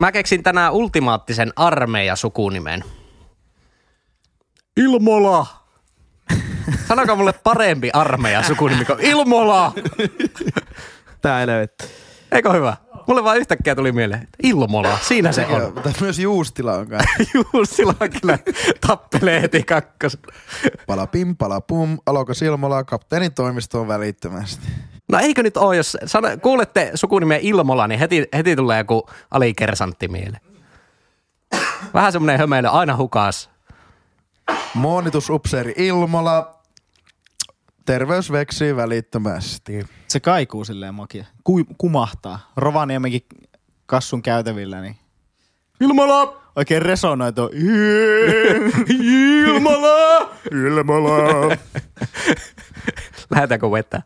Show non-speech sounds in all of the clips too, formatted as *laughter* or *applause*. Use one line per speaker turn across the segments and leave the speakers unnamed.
Mä keksin tänään ultimaattisen armeija sukunimen.
Ilmola!
Sanokaa mulle parempi armeija sukunimi kuin Ilmola.
Tää helvetti.
Eikö hyvä? Mulle vaan yhtäkkiä tuli mieleen, että Ilmola, siinä se *laughs*
Joo,
on.
mutta myös Juustila on kanssa.
Jussila kyllä tappelee heti kakkos.
Palapim, palapum, alokas Ilmola, kapteenin toimistoon välittömästi.
No eikö nyt oo, jos sano, kuulette sukunimen Ilmola, niin heti, heti tulee joku alikersantti mieleen. Vähän semmonen hömeily, aina hukas.
Moonitusupseeri Ilmola, terveys veksii välittömästi.
Se kaikuu silleen makia. Ku, kumahtaa. Rovaniemenkin kassun käytävillä, niin
Ilmola!
oikein resonoi tuo. *laughs*
Ilmola!
*laughs* Ilmola!
*laughs* Lähetäänkö vettä?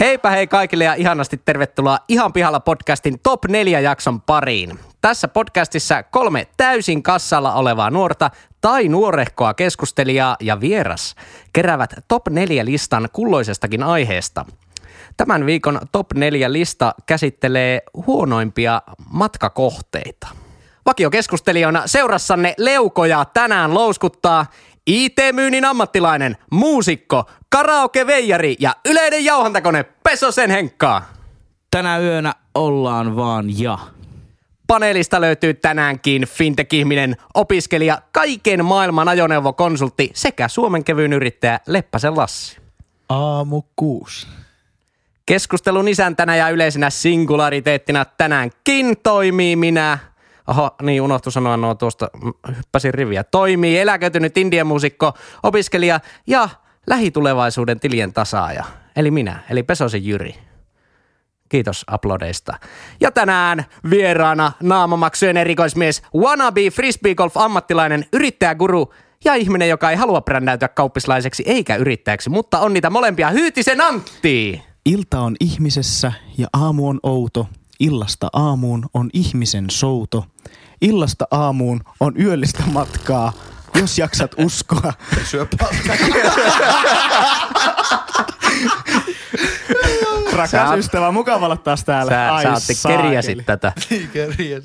Heipä hei kaikille ja ihanasti tervetuloa Ihan pihalla podcastin Top 4 jakson pariin. Tässä podcastissa kolme täysin kassalla olevaa nuorta tai nuorehkoa keskustelijaa ja vieras keräävät Top 4 listan kulloisestakin aiheesta. Tämän viikon Top 4 lista käsittelee huonoimpia matkakohteita. Vakiokeskustelijoina seurassanne leukoja tänään louskuttaa IT-myynnin ammattilainen, muusikko, karaokeveijari ja yleinen jauhantakone Pesosen Henkkaa.
Tänä yönä ollaan vaan ja.
Paneelista löytyy tänäänkin fintech-ihminen, opiskelija, kaiken maailman ajoneuvokonsultti sekä Suomen kevyyn yrittäjä Leppäsen Lassi.
Aamu kuusi.
Keskustelun isäntänä ja yleisenä singulariteettina tänäänkin toimii minä. Oho, niin unohtu sanoa nuo tuosta, mm, hyppäsin riviä. Toimii eläköitynyt indian muusikko, opiskelija ja lähitulevaisuuden tilien tasaaja. Eli minä, eli Pesosen Jyri. Kiitos aplodeista. Ja tänään vieraana naamamaksujen erikoismies, wannabe frisbeegolf-ammattilainen, yrittäjäguru ja ihminen, joka ei halua brändäytyä kauppislaiseksi eikä yrittäjäksi, mutta on niitä molempia. Hyytisen Antti!
Ilta on ihmisessä ja aamu on outo. Illasta aamuun on ihmisen souto. Illasta aamuun on yöllistä matkaa, jos jaksat uskoa.
Syö paska.
Rakas
Sä-
ystävä, mukava olla taas täällä.
Sä, sä Antti
saakeli.
kerjäsit tätä.
Antti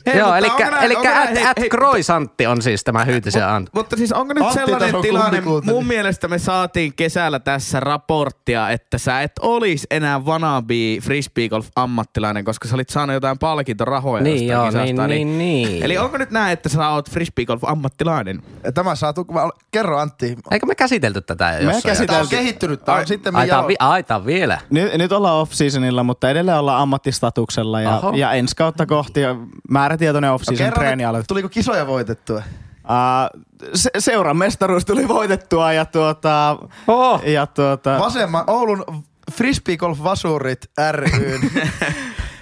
Hei, Joo, eli
onko nää- onko nää-
at,
hei,
at
hei,
Kroisantti on siis tämä Hyytisen Antti.
Mutta siis onko nyt
Antti
sellainen
tason
tilanne,
kummikuunteli.
mun mielestä me saatiin kesällä tässä raporttia, että sä et olis enää wannabe frisbeegolf ammattilainen, koska sä olit saanut jotain palkintorahoja
Niin
jostain
joo,
kisasta,
niin, niin, niin.
Eli onko nyt näin, että sä oot frisbeegolf ammattilainen?
Tämä saa tukva. Kerro Antti.
Eikö me käsitelty tätä jo jossain?
Tää on
käsiteltiin.
kehittynyt. Tää on sitten me
Ai, tää on
jalo.
vi- ai, tää on vielä. *laughs*
Nyt, nyt ollaan off-seasonilla, mutta edelleen ollaan ammattistatuksella ja,
Aha.
ja ensi kautta kohti ja määrätietoinen off-season
Kerro,
no, treeni
nyt,
aloittaa.
Tuliko kisoja voitettua?
Uh, se, seuran mestaruus tuli voitettua ja tuota...
Oh.
Ja tuota
Vasemman Oulun Frisbee Golf Vasurit
*laughs*
ryn.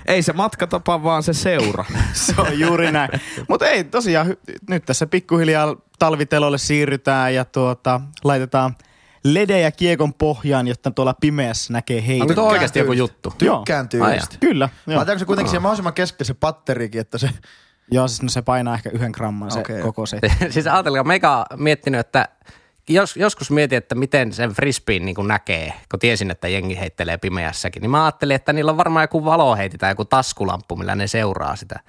Ei se matkatapa, vaan se seura.
*laughs* se on juuri näin. Mutta ei, tosiaan hy- nyt tässä pikkuhiljaa talvitelolle siirrytään ja tuota, laitetaan ledejä kiekon pohjaan, jotta tuolla pimeässä näkee
Onko
heitä.
tuo oikeasti joku juttu?
Tykkään
Joo. Ai
tyylistä.
Kyllä.
Mä
Joo.
tiedän, se kuitenkin siihen mahdollisimman keskelle se patterikin, että se...
joo, siis no se painaa ehkä yhden gramman se
Okei. *laughs*
koko se.
siis ajatelkaa, meikä on miettinyt, että jos, joskus mietin, että miten sen frisbeen niin näkee, kun tiesin, että jengi heittelee pimeässäkin, niin mä ajattelin, että niillä on varmaan joku valoheitti tai joku taskulamppu, millä ne seuraa sitä.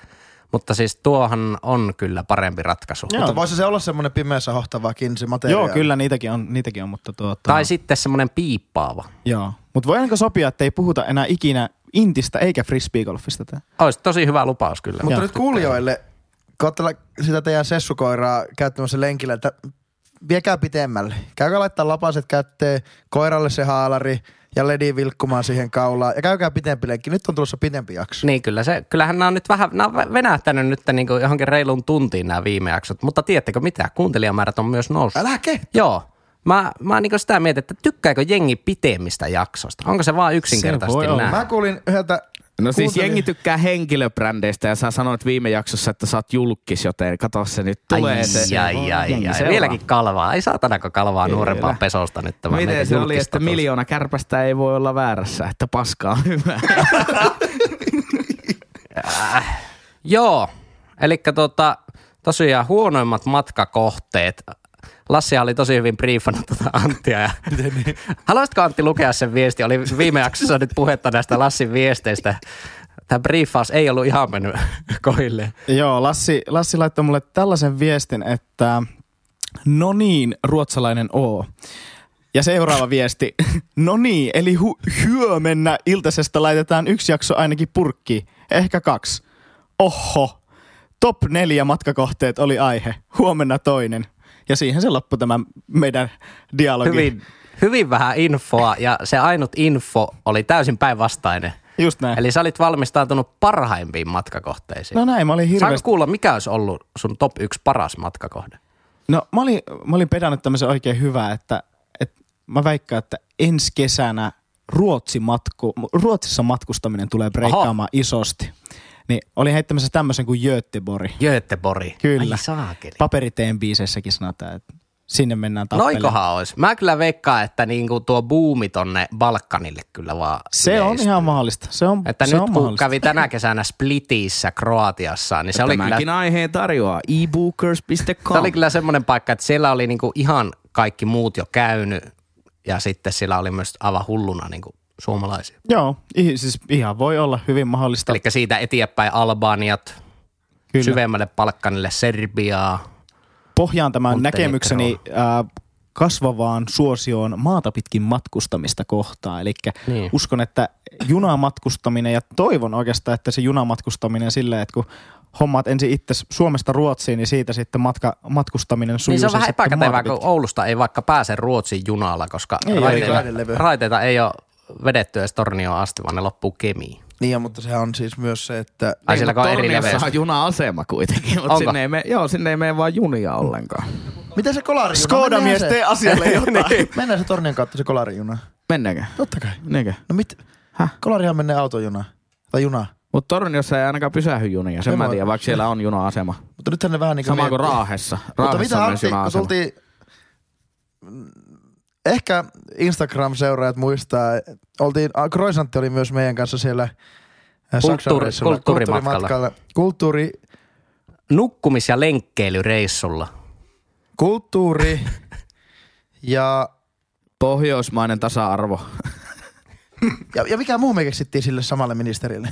Mutta siis tuohan on kyllä parempi ratkaisu.
Joo.
Mutta voisi se olla semmoinen pimeässä hohtavakin se materiaali.
Joo, kyllä niitäkin on, niitäkin on mutta tuota,
Tai sitten semmoinen piippaava.
joo. Mut voidaanko sopia, että ei puhuta enää ikinä intistä eikä frisbeegolfista? tää?
Olisi tosi hyvä lupaus kyllä.
Mutta
Joo.
nyt kuulijoille, katsella sitä teidän sessukoiraa käyttämässä lenkillä, että viekää pitemmälle. Käykää laittaa lapaset kätteen, koiralle se haalari ja ledi vilkkumaan siihen kaulaan. Ja käykää pitempi lenkki. Nyt on tulossa pitempi jakso.
Niin kyllä se, kyllähän nämä on nyt vähän, nämä on vä- venähtänyt nyt niin kuin johonkin reilun tuntiin nämä viime jaksot, mutta tiedättekö mitä, kuuntelijamäärät on myös noussut.
Älä ke.
Joo, mä, mä niin sitä mietin, että tykkääkö jengi pitemmistä jaksoista, onko se vaan yksinkertaisesti
voi olla.
näin?
Mä kuulin yhdeltä
No siis
kuuntelin-
jengi tykkää henkilöbrändeistä ja sä sanoit viime jaksossa, että sä oot julkis, joten kato se nyt tulee
ai,
se.
ai, ai,
jengi
ai,
seuraa.
Vieläkin kalvaa, ei saatanako kalvaa
Kyllä.
nuorempaa pesosta nyt tämä meidän
Miten se oli, että
julkistatus.
miljoona kärpästä ei voi olla väärässä, että paskaa hyvä.
äh, joo, eli tota, tosiaan huonoimmat matkakohteet. Lassia oli tosi hyvin briefannut tuota Anttia.
*laughs*
Ja...
niin?
Haluaisitko Antti lukea sen viesti? Oli viime jaksossa nyt puhetta näistä Lassin viesteistä. Tämä briefaus ei ollut ihan mennyt *laughs* kohille.
Joo, Lassi, Lassi laittoi mulle tällaisen viestin, että no niin, ruotsalainen O. Ja seuraava viesti. *laughs* No niin, eli hu- hyömennä iltasesta laitetaan yksi jakso ainakin purkki. Ehkä kaksi. Oho. Top neljä matkakohteet oli aihe. Huomenna toinen. Ja siihen se loppui tämä meidän dialogi.
Hyvin, hyvin vähän infoa ja se ainut info oli täysin päinvastainen.
Just näin. Eli...
Eli sä olit valmistautunut parhaimpiin matkakohteisiin.
No näin, mä olin
Saanko
hirveästi.
kuulla, mikä olisi ollut sun top 1 paras matkakohde?
No mä olin, mä olin pedannut tämmöisen oikein hyvää, että, että mä väikkaan, että ensi kesänä Ruotsi matku, Ruotsissa matkustaminen tulee breikkaamaan isosti. Niin olin heittämässä tämmöisen kuin Göteborg.
Göteborg.
Kyllä.
Ai saakeli.
Paperiteen biiseissäkin sanotaan, että sinne mennään tappelemaan.
Noinkohan olisi. Mä kyllä veikkaan, että niinku tuo buumi tonne Balkanille kyllä vaan
Se on
yleistyy.
ihan mahdollista. Se on,
Että
se
nyt
on
kun
mahdollista.
kävi tänä kesänä Splitissä Kroatiassa, niin se oli,
Tämänkin
kyllä,
aiheen tarjoaa ebookers.com.
se oli kyllä semmoinen paikka, että siellä oli niinku ihan kaikki muut jo käynyt ja sitten siellä oli myös aivan hulluna niinku suomalaisia.
Joo, i- siis ihan voi olla hyvin mahdollista.
Eli siitä eteenpäin Albaniat,
Kyllä. Niin
syvemmälle Balkanille Serbiaa.
Pohjaan tämän
Montenegro.
näkemykseni äh, kasvavaan suosioon maata pitkin matkustamista kohtaan. Eli
Niin.
niin. uskon, että junamatkustaminen ja toivon oikeastaan, että se junamatkustaminen silleen, että kun hommaat ensin itse Suomesta Ruotsiin, niin siitä sitten matka, matkustaminen sujuu.
Niin se on vähän
sitten
epäkätevää,
maata
kun
pitkin.
Oulusta ei vaikka pääse Ruotsin junalla, koska
Ei, ei,
raiteita,
raidelevy.
raiteita ei ole vedetty edes Tornioon asti, vaan ne loppuu kemiin.
Niin, ja, mutta sehän on siis myös se, että
Ai siellä kun Niin, on eri
Torniossa
leveys.
on juna-asema kuitenkin, mutta
Onko?
sinne ei, mene, joo, sinne ei mene vaan junia ollenkaan.
Miten se kolari?
Skoda mies, tee
*laughs*
asialle jotain.
Mennään se tornion kautta se kolarijuna.
Mennäänkö?
Totta kai.
Niinkö?
No mit?
Häh?
Kolarihan menee autojuna. Tai juna.
Mutta Torniossa ei ainakaan pysähy junia, sen
En
mä
mä-
tiedän, vaikka siellä on juna-asema.
Mutta nythän ne vähän niin
Sama kuin Raahessa.
Mutta
Raahessa
mitä
on myös
Antti, kun
juna-asema.
tultiin... Ehkä Instagram-seuraajat muistaa. Oltiin, ah, Kroisantti oli myös meidän kanssa siellä äh, Saksan
Kulttuuri-
reissulla,
kulttuurimatkalla.
Kulttuuri,
Nukkumis- ja lenkkeilyreissulla.
kulttuuri ja,
Pohjoismainen tasa-arvo.
ja, ja, mikä muu me keksittiin sille samalle ministerille?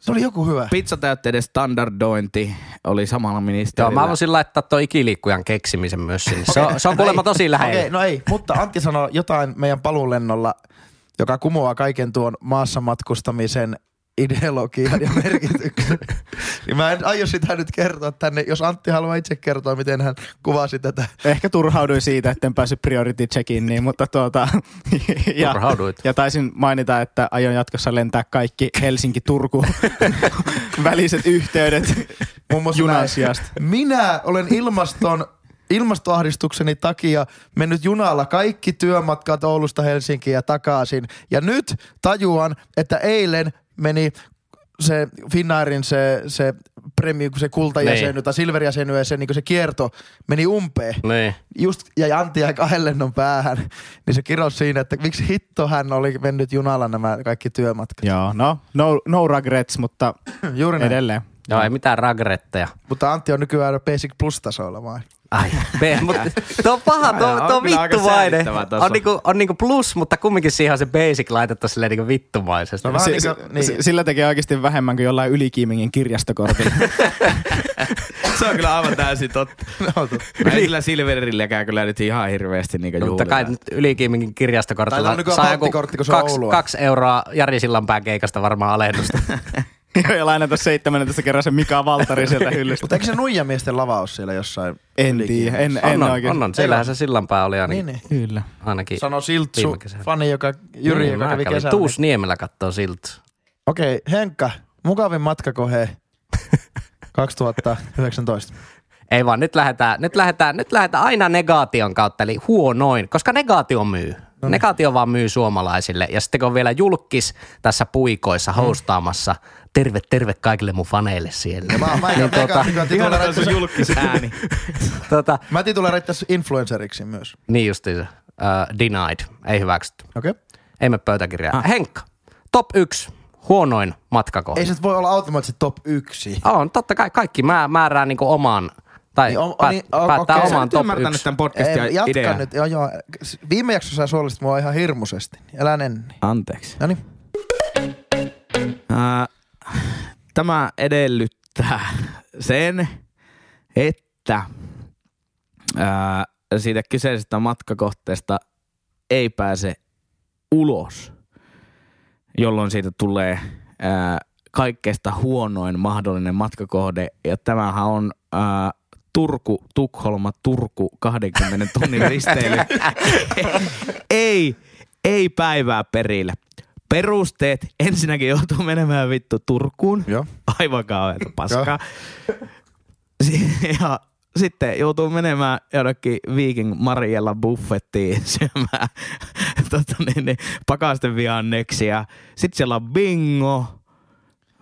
Se oli joku hyvä.
Pizzatäytteiden standardointi oli samalla
Joo,
ministerillä.
mä voisin laittaa toi ikiliikkujan keksimisen myös sinne. Se on, se on kuulemma tosi lähellä.
Okei, no ei, mutta Antti sanoi jotain meidän paluulennolla, joka kumoaa kaiken tuon maassa matkustamisen ideologian ja
*laughs*
merkityksen. niin mä en aio sitä nyt kertoa tänne, jos Antti haluaa itse kertoa, miten hän kuvasi tätä.
Ehkä turhauduin siitä, etten päässyt priority checkin, niin, mutta tuota, *laughs* ja,
Turhauduit.
ja taisin mainita, että aion jatkossa lentää kaikki
*laughs*
Helsinki-Turku väliset yhteydet
Muun muassa
junan
näin.
sijasta.
Minä olen ilmaston ilmastoahdistukseni takia mennyt junalla kaikki työmatkat Oulusta Helsinkiin ja takaisin. Ja nyt tajuan, että eilen meni se Finnairin se, se premium, kun se kultajäseny
Niin.
tai silverjäseny, se, niin se kierto meni umpeen.
Niin.
Just jäi Antti jäi kahden lennon päähän, niin se kirosi siinä, että miksi hitto hän oli mennyt junalla nämä kaikki työmatkat.
Joo, no, no, no regrets, mutta
Juuri näin.
edelleen.
Joo, ei mitään ragretteja.
Mutta Antti on nykyään Basic Plus-tasolla vai?
Ai, *laughs* B, mutta tuo on paha, tuo,
Ai, on
tuo on
kyllä aika
vittumainen.
säälittävä taso.
On niinku, on niinku plus, mutta kumminkin siihen on se basic laitettu silleen niinku vittumaisesti. Siis-
No vähän
Si-
niin,
si-
kuin, niin.
si- Sillä tekee oikeasti vähemmän kuin jollain ylikiimingin kirjastokortilla.
*laughs*
*laughs*
Se on kyllä aivan täysin totta.
No, totta.
Mä en sillä Silverilläkään kyllä nyt ihan hirveästi niinku
Totta kai nyt ylikiiminkin
Tai tää
kirjastokortilla
on nykyään valttikortti, niinku kun se on
kaksi,
Oulua.
kaksi euroa Jari Sillanpään keikasta varmaan
*laughs*
alennusta.
Joo, ja lainata 17 kerran se Mika Valtari sieltä
Mutta
hyllystä.
eikö se nuijamiesten lavaus siellä jossain?
En tiedä, en, en
on, on,
oikein.
on, on, siellähän se Sillanpää oli ainakin.
Niin, niin.
Kyllä.
ainakin.
Sano Siltsu,
Viime kesänä.
fani, joka, Jyri,
Niin,
joka
mä
kävi
kävin
kesällä. Niin-
Tuusniemellä kattoo siltä.
Okei, Henkka, mukavin matkakohe 2019.
Ei vaan, nyt lähdetään, nyt, lähdetään, nyt lähdetään aina negaation kautta, eli huonoin, koska negaatio
No
myy.
niin.
Negaatio vaan myy suomalaisille. Ja sitten kun on vielä julkis tässä puikoissa
Mm.
hostaamassa, terve, terve kaikille mun faneille siellä.
Ja mä, mä, niin, tota,
julkisääni.
*laughs* tota,
mä tituleerin tässä influenceriksi myös.
niin justiinsa, uh, denied, ei hyväksytty.
Okei. Okay.
Ei me pöytäkirjaa. Henkka, top 1 huonoin matkakohta.
Ah. Ei se nyt voi olla automaattisesti top yksi.
On, totta kai kaikki mä määrää niinku oman, tai niin,
Niin
on,
on-
päät, niin,
niin, on-
päättää
okei.
okay.
Sä
oman
Oman
top
ymmärtänyt
yksi.
tämän podcastin
Ei, jatka
ideaa.
nyt. Joo, joo. Viime jaksossa sä suolisit mua ihan hirmuisesti. Elä nenni.
Anteeksi.
No
Ää, tämä edellyttää sen, että ää, siitä kyseisestä matkakohteesta ei pääse ulos, jolloin siitä tulee ää, kaikkeesta huonoin mahdollinen matkakohde. Ja tämähän on ää, Turku, Tukholma, Turku 20 tunnin risteily. ei, ei päivää perille. Perusteet. Ensinnäkin joutuu menemään vittu Turkuun.
Joo.
*laughs* Aivan kauheata paskaa. Si- *laughs* ja sitten joutuu menemään jonnekin Viking Mariella buffettiin *laughs* syömään tota niin, niin, pakasten vihanneksia. Sitten siellä on bingo,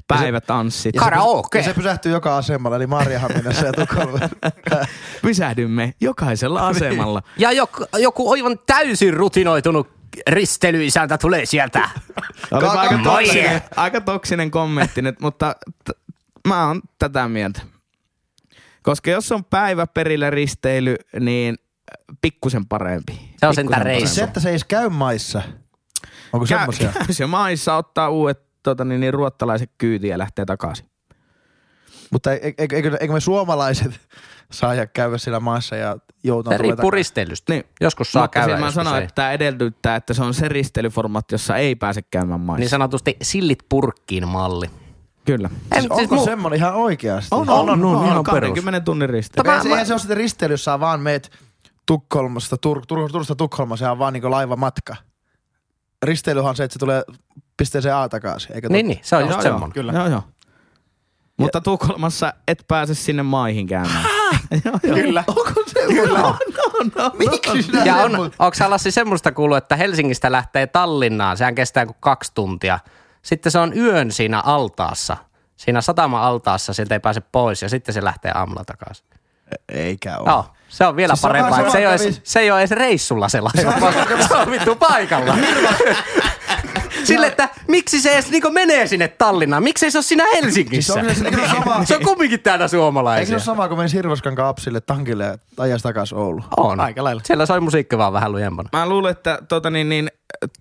päivätanssit.
Ja se- Karaoke.
Ja se pysähtyy joka asemalla, eli Marjahaminassa ja Tukholmassa.
Pysähdymme jokaisella
*laughs*
asemalla.
Ja joku, joku aivan täysin rutinoitunut ristelyisäntä tulee
No,
sieltä.
Oli
Kaka-
aika
Moi!
toksinen, aika toksinen kommentti nyt, mutta t- mä oon tätä mieltä. Koska jos on päivä perillä risteily, niin pikkusen parempi.
Se on
Pikkusen
sentään
parempi.
reissu.
Siis se, että se ei edes käy maissa. Onko
Käy- *laughs*
semmoisia?
käy se maissa ottaa uudet tota, niin, niin, ruottalaiset kyytiä ja lähtee takaisin.
Mutta e- e- eikö, eikö me suomalaiset saa ja käydä siellä maassa ja joutua
Se riippuu risteilystä. Niin.
Niin.
Joskus saa
mutta
käydä,
siis mä
joskus
sanoin,
ei.
että tämä edellyttää, että se on se risteilyformaatti, jossa ei pääse käymään maissa.
Niin
Niin
sanotusti sillit purkkiin malli.
Siis Kyllä. Siis
En,
Onko siis semmoinen ihan oikeasti?
on,
ihan perus.
20 tunnin risteily.
Mä-
Mä, se,
mä-
mä... se on sitä risteily, jos sä vaan meet Tukholmasta, Tur- Tur- Turusta Tukholmaan, sehän on vaan niinku laivamatka. Risteilyhän on se, että se tulee pisteeseen A takaisin. Eikö
Niin, niin, se on
Joo,
just
joo,
semmoinen.
Kyllä. Joo, joo. Mutta Tukholmassa et pääse sinne maihin käymään. *laughs* joo, joo.
Kyllä. Onko se? Kyllä. No, no, no, Miksi sinä
niin. Ja
*laughs*
on,
semmo-
onko Lassi semmoista kuullut, että Helsingistä lähtee Tallinnaan, sehän kestää kuin kaksi tuntia. Sitten se on yön siinä altaassa, siinä satama-altaassa, sieltä ei pääse pois ja sitten se lähtee aamulla takaisin.
Eikä ole.
Oh. No, se on vielä siis
Siis se on
parempaa,
vähän
että se, ei ole
sama
edes,
kävi-
se ei ole edes reissulla se laiva, vaan se on vittu paikalla. Sille, että miksi se edes niinku menee sinne Tallinnaan, miksei se ole siinä Helsingissä?
Siis onko se- eikö se ole sama-
se on kumminkin täällä
Eikö se
suomalaisia.
ole sama kuin menisi Hirvoskankaan apsille tankille ja ajaisi takaisin Ouluun?
On.
Aika lailla.
Siellä soi musiikki vaan vähän lujempana.
Mä luulen, että tota, niin, niin,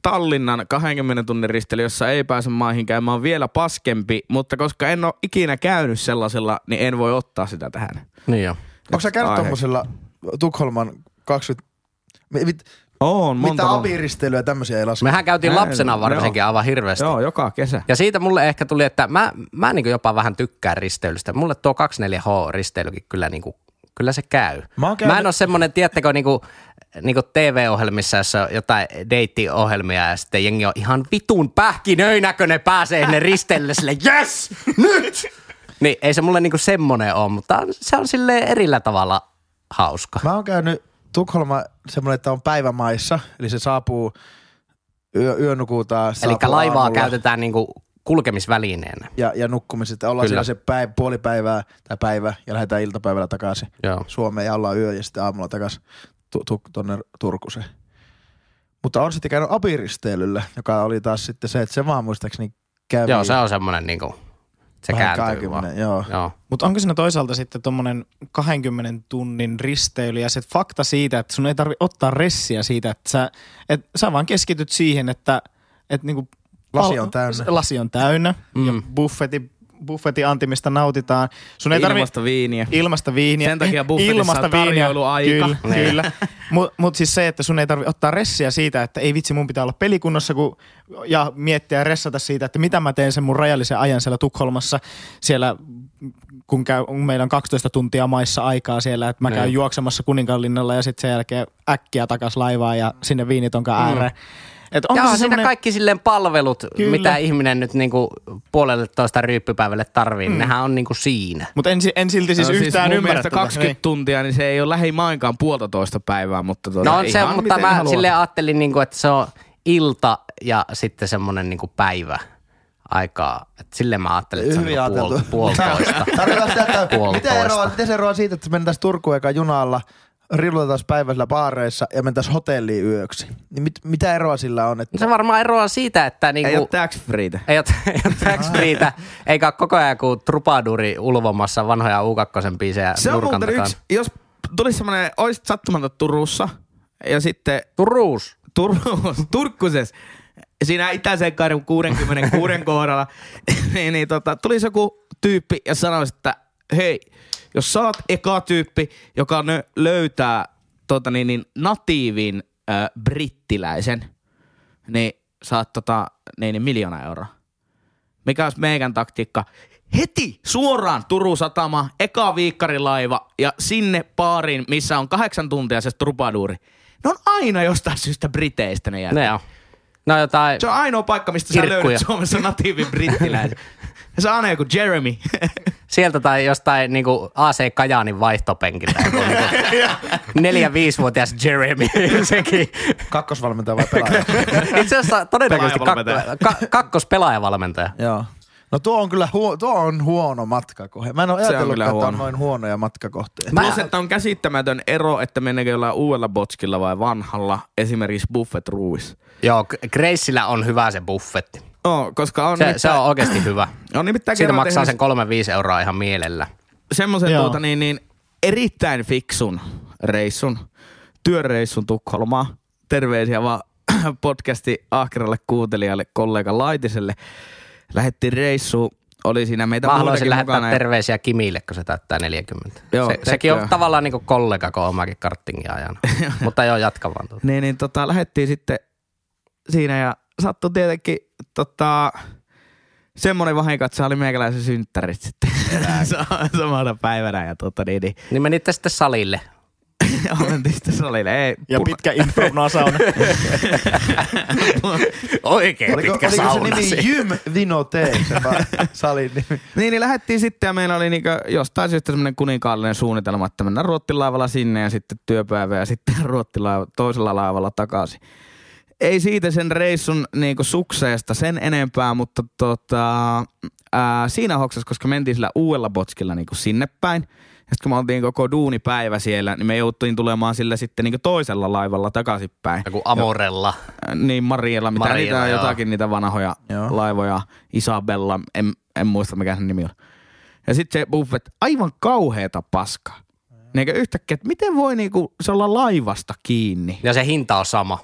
Tallinnan 20 tunnin ristely, jossa ei pääse maihin käymään, on vielä paskempi, mutta koska en ole ikinä käynyt sellaisella, niin en voi ottaa sitä tähän.
Niin joo.
Onko sä käynyt
Aihe.
tommosella Tukholman 20... mi- mit-
Oon, monta
Mitä
monta.
apiristeilyä ja tämmöisiä ei laske?
Mehän käytiin
Näin,
lapsena varsinkin
joo.
aivan hirveästi.
Joo, joka kesä.
Ja siitä mulle ehkä tuli, että mä, mä niin jopa vähän tykkään risteilystä. Mulle tuo 24H-risteilykin kyllä, niin kuin, kyllä se käy.
Mä oon
mä en
käynyt-
ole semmoinen, tiedättekö, niin kuin, niin kuin TV-ohjelmissa, jossa on jotain deittiohjelmia ja sitten jengi on ihan vitun pähkinöinä, kun ne pääsee ne risteille sille, yes, nyt! Niin ei se mulle niinku semmonen ole, mutta on- se on sille erillä tavalla hauska.
Mä oon käynyt Tukholma semmoinen, että on päivämaissa, eli se saapuu yö, yönukutaan.
Eli
saapuu
laivaa
aamulla
käytetään niinku kulkemisvälineenä.
Ja, ja nukkumiset. Ollaan
Kyllä.
Kyllä. siellä se päivä, puoli päivää tai päivä ja lähdetään iltapäivällä takaisin
Joo.
Suomeen ja ollaan yö ja sitten aamulla takaisin tu, tu, tonne Turkuseen. Mutta on sitten käynyt apiristeilyllä, joka oli taas sitten se, että se vaan muistaakseni kävi.
Joo, se on semmoinen niinku, se
vähän
kääntyy vaan.
20, Joo.
Joo.
Mutta onko siinä toisaalta sitten tuommoinen 20 tunnin risteily ja se fakta siitä, että sun ei tarvi ottaa ressiä siitä, että sä, et sä vaan keskityt siihen, että et niinku
Lasi on täynnä.
Lasi on täynnä mm. ja
Mm.
buffetin, buffetin antimista nautitaan. Sun ei tarvi
Ilmasta viiniä.
ilmasta viiniä.
Sen takia buffetissa
ilmasta
on tarjoiluaika.
Kyllä,
Niin.
kyllä. Mutta mut siis se, että sun ei tarvi ottaa ressiä siitä, että ei vitsi, mun pitää olla pelikunnossa kun, ja miettiä ja ressata siitä, että mitä mä teen sen mun rajallisen ajan siellä Tukholmassa siellä kun, käy, kun meillä on 12 tuntia maissa aikaa siellä, että mä käyn
Niin.
juoksemassa kuninkaanlinnalla ja sitten sen jälkeen äkkiä takas laivaan ja sinne viinitonkaan ääreen. Et
Onko ja
onko se
on siinä
semmoinen...
kaikki silleen palvelut, Kyllä.
Kyllä.
mitä ihminen nyt niinku puolelle toista ryyppypäivälle tarvii, mm. nehän on niinku siinä.
Mutta en, si- en silti siis
No
no, yhtään
mun
ymmärrä
mielestä
tätä.
20
Niin.
tuntia, niin se ei ole lähimainkaan puolitoista päivää, mutta tuota,
No on se,
ihan
mutta
miten
mä
haluat.
silleen ajattelin, niinku, että se on ilta ja sitten semmoinen niinku päivä aikaa. Et silleen mä ajattelin, että se on
Hyvin
niinku puol-
ajateltu.
*laughs*
puolitoista.
Tarkoitan sitä, että miten,
Puolitoista.
eroa, miten se eroaa siitä, että mennään tästä Turkuun eka junalla rillutetaan päivällä baareissa ja mentäisiin hotelliin yöksi. Niin mit, mitä eroa sillä on? Että...
Se varmaan eroaa siitä, että
Ei
niinku,
ole tax freeitä.
ei ole, ei ole tax freeitä, eikä ole koko ajan kuin trupaduri ulvomassa vanhoja U2 biisejä
Se on
nurkan
muuten
takana.
yksi, jos tulisi semmoinen, olisit sattumalta Turussa ja sitten
Turuus.
Turkuus, *laughs* Turkkuses, siinä itäisen karin 66 *laughs* kohdalla, niin, niin tota, tulisi joku tyyppi ja sanoisi, että hei, jos sä oot eka tyyppi, joka nö, löytää tota, niin, niin, natiivin ö, brittiläisen, niin saat tota, niin, niin, miljoona euroa. Mikä olisi meikän taktiikka? Heti suoraan Turun satama, eka viikkarilaiva ja sinne paariin, missä on kahdeksan tuntia se trupaduuri. Ne on aina jostain syystä Briteistä ne jätkät.
Ne on. No jotain,
Se on ainoa paikka, mistä sä
Kirkkuja.
löydät Suomessa natiivin brittiläisen. Ja se on aina joku Jeremy.
sieltä tai jostain niinku AC Kajaanin
*laughs*
vaihtopenkiltä. joku niinku Neljä viisivuotias Jeremy, *laughs* sekin.
Kakkosvalmentaja vai *laughs* pelaaja?
Itse asiassa todennäköisesti
Pelaajavalmentaja.
kak- ka- kakkospelaajavalmentaja.
Joo. No tuo on kyllä huo, tuo on huono matkakohe. Mä en ole ajatellutkaan,
kyllä
että on
huono.
noin huonoja
*laughs*
matkakohteita.
Mä-
Plus, että on käsittämätön ero, että mennäänkö jollain uudella botskilla vai vanhalla, esimerkiksi Buffet Ruuis.
Joo, Graceillä on hyvä se buffetti.
Oh, koska on
Se,
nimittäin-
se on oikeasti hyvä.
*clears throat* on nimittäin
Siitä
kerran
maksaa
tehnyt-
sen 3-5 euroa ihan mielellä.
semmoisen
Joo.
tuota, niin, niin, erittäin fiksun reissun, työreissun Tukholmaa. Terveisiä vaan *clears throat* podcasti ahkeralle kuuntelijalle, kollega Laitiselle. Lähettiin reissuun, oli siinä meitä
Mä
muitakin
haluaisin lähettää
mukana ja-
terveisiä Kimille, kun se täyttää 40.
Joo,
se, sekin on
tehkää.
tavallaan niin kuin kollega, kun on omakin karttingin ajan.
*laughs*
Mutta joo, jatka vaan. tuota.
Niin, niin tota, lähettiin sitten siinä ja sattui tietenkin tota, semmoinen vahinko, että se oli meikäläisen synttärit sitten *laughs* Sa- samana päivänä. Ja tota, niin,
*laughs*
niin,
Niin menitte sitten salille.
mentiin sitten salille. Ei,
Niin. Ja pitkä inferno-sauna.
Oikein
Oliko, oliko se nimi Jym Vinote, se *laughs* va- salin nimi?
Niin, niin lähdettiin sitten ja meillä oli niinku jostain syystä semmoinen kuninkaallinen suunnitelma, että mennään ruottilaivalla sinne ja sitten työpäivä ja sitten *laughs* ruottilaiva, toisella laivalla takaisin. Ei siitä sen reissun niinku sukseesta sen enempää, mutta tota, ää, siinä hoksas, koska mentiin sillä uudella botskilla niinku sinne päin. Ja sitten kun me oltiin koko duunipäivä siellä, niin me jouttiin tulemaan sillä sitten niinku toisella laivalla takaisinpäin.
Joku Amorella.
Äh, Niin Mariella, mitä
Mariella,
Mariella, niitä on
joo.
jotakin niitä vanhoja
Joo.
joo. laivoja, Isabella, en, en muista mikä sen nimi on. Ja sitten se Buffett, aivan kauheeta paskaa. Niinkö yhtäkkiä, että miten voi niinku se olla laivasta kiinni?
Ja se hinta on sama.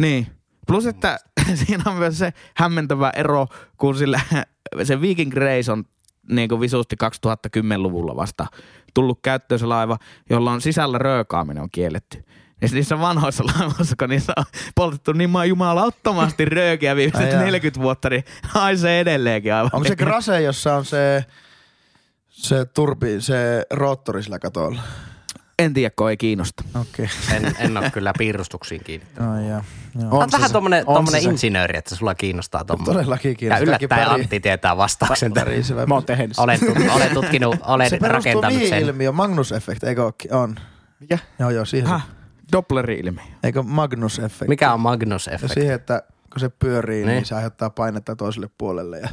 Niin. Plus, että *laughs* siinä on myös se hämmentävä ero, kun sillä *laughs* se Viking Race on niin kuin visusti 2010-luvulla vasta tullut käyttöön se laiva, jolla on sisällä röökaaminen on kielletty. Ja sit niissä vanhoissa *laughs* laivoissa, kun niissä on poltettu niin maa jumalattomasti röökiä
Ai
viimeiset
jaa.
40 vuotta, niin haisee edelleenkin aivan.
Onko se Grase, jossa on se, se turbi, se roottori sillä katolla?
*laughs* En tiedä, kun ei kiinnosta.
Okei.
En, en ole kyllä piirustuksiin kiinnittänyt.
Okay. No, joo.
On
joo.
Olet vähän tommonen,
on
tommonen
se se.
insinööri, että sulla kiinnostaa tommonen.
Todellakin
Ja
kiinnostaa. Kaikki
yllättäen
päri-
Antti tietää vastauksen. tähän.
pärisevä.
Mä oon tehnyt sen.
Olen, tut- olen tutkinut, olen
Se perustuu
rakentanut
mihin
sen.
ilmiö? Magnus Effect, eikö ookin? On.
Mikä?
Joo, joo, siihen. se-
Häh? Doppler-ilmi.
Eikö Magnus Effect?
Ah. Mikä on Magnus-efekti?
Siihen, että kun se pyörii, niin,
Niin.
niin se aiheuttaa painetta toiselle puolelle ja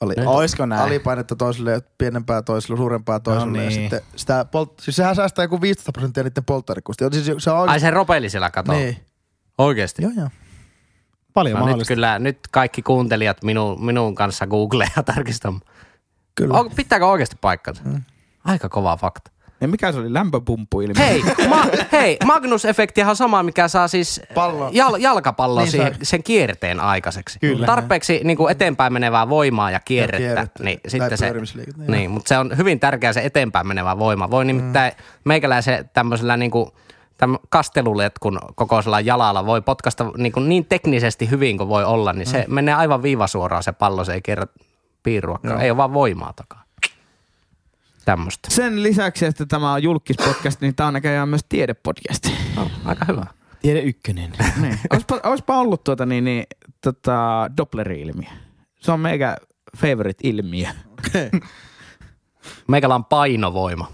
ali,
Niin.
Oisko näin?
alipainetta toiselle, ja pienempää toiselle, suurempaa toiselle.
No
Ja
niin.
sitten sitä polt- siis sehän säästää joku 15 prosenttia niiden polttarikusta. Siis se on
Ai se ropelisella katolla?
Niin.
Oikeesti?
Joo, joo.
Paljon
No nyt
mahdollista.
kyllä, nyt kaikki kuuntelijat minu, minun kanssa googlea ja tarkistamaan.
Kyllä. Mm.
On, pitääkö oikeasti paikkansa? Aika kova fakta.
Ja mikä se oli? Lämpöpumppuilmi.
Hei, ma, hei Magnus-efektihan on sama, mikä saa siis
Pallon.
jal, jalkapallon
Niin
siihen,
saa.
sen kierteen aikaiseksi.
Kyllä.
Tarpeeksi niin kuin eteenpäin menevää voimaa ja kierrettä. Ja
kierrettä.
kierrettä. Niin,
Tai
sitten se,
pyörimisliikettä, joo.
niin, mutta se on hyvin tärkeä se eteenpäin menevä voima. Voi nimittäin mm. meikäläisen tämmöisellä niin kuin, täm, kasteluletkun kokoisella jalalla voi potkasta niin, kuin niin teknisesti hyvin kuin voi olla, niin se menee aivan viivasuoraan se pallo, se ei kerran piirruakaan. Ei ole vaan voimaa takaa. Tämmöistä.
Sen lisäksi, että tämä on julkispodcast, niin tämä on näköjään myös tiedepodcast.
No, aika hyvä.
Tiede ykkönen.
*laughs* niin. Oispa, oispa ollut tuota niin, niin tota Doppler-ilmiö. Se on meikä favorite-ilmiö.
Meikällä on painovoima.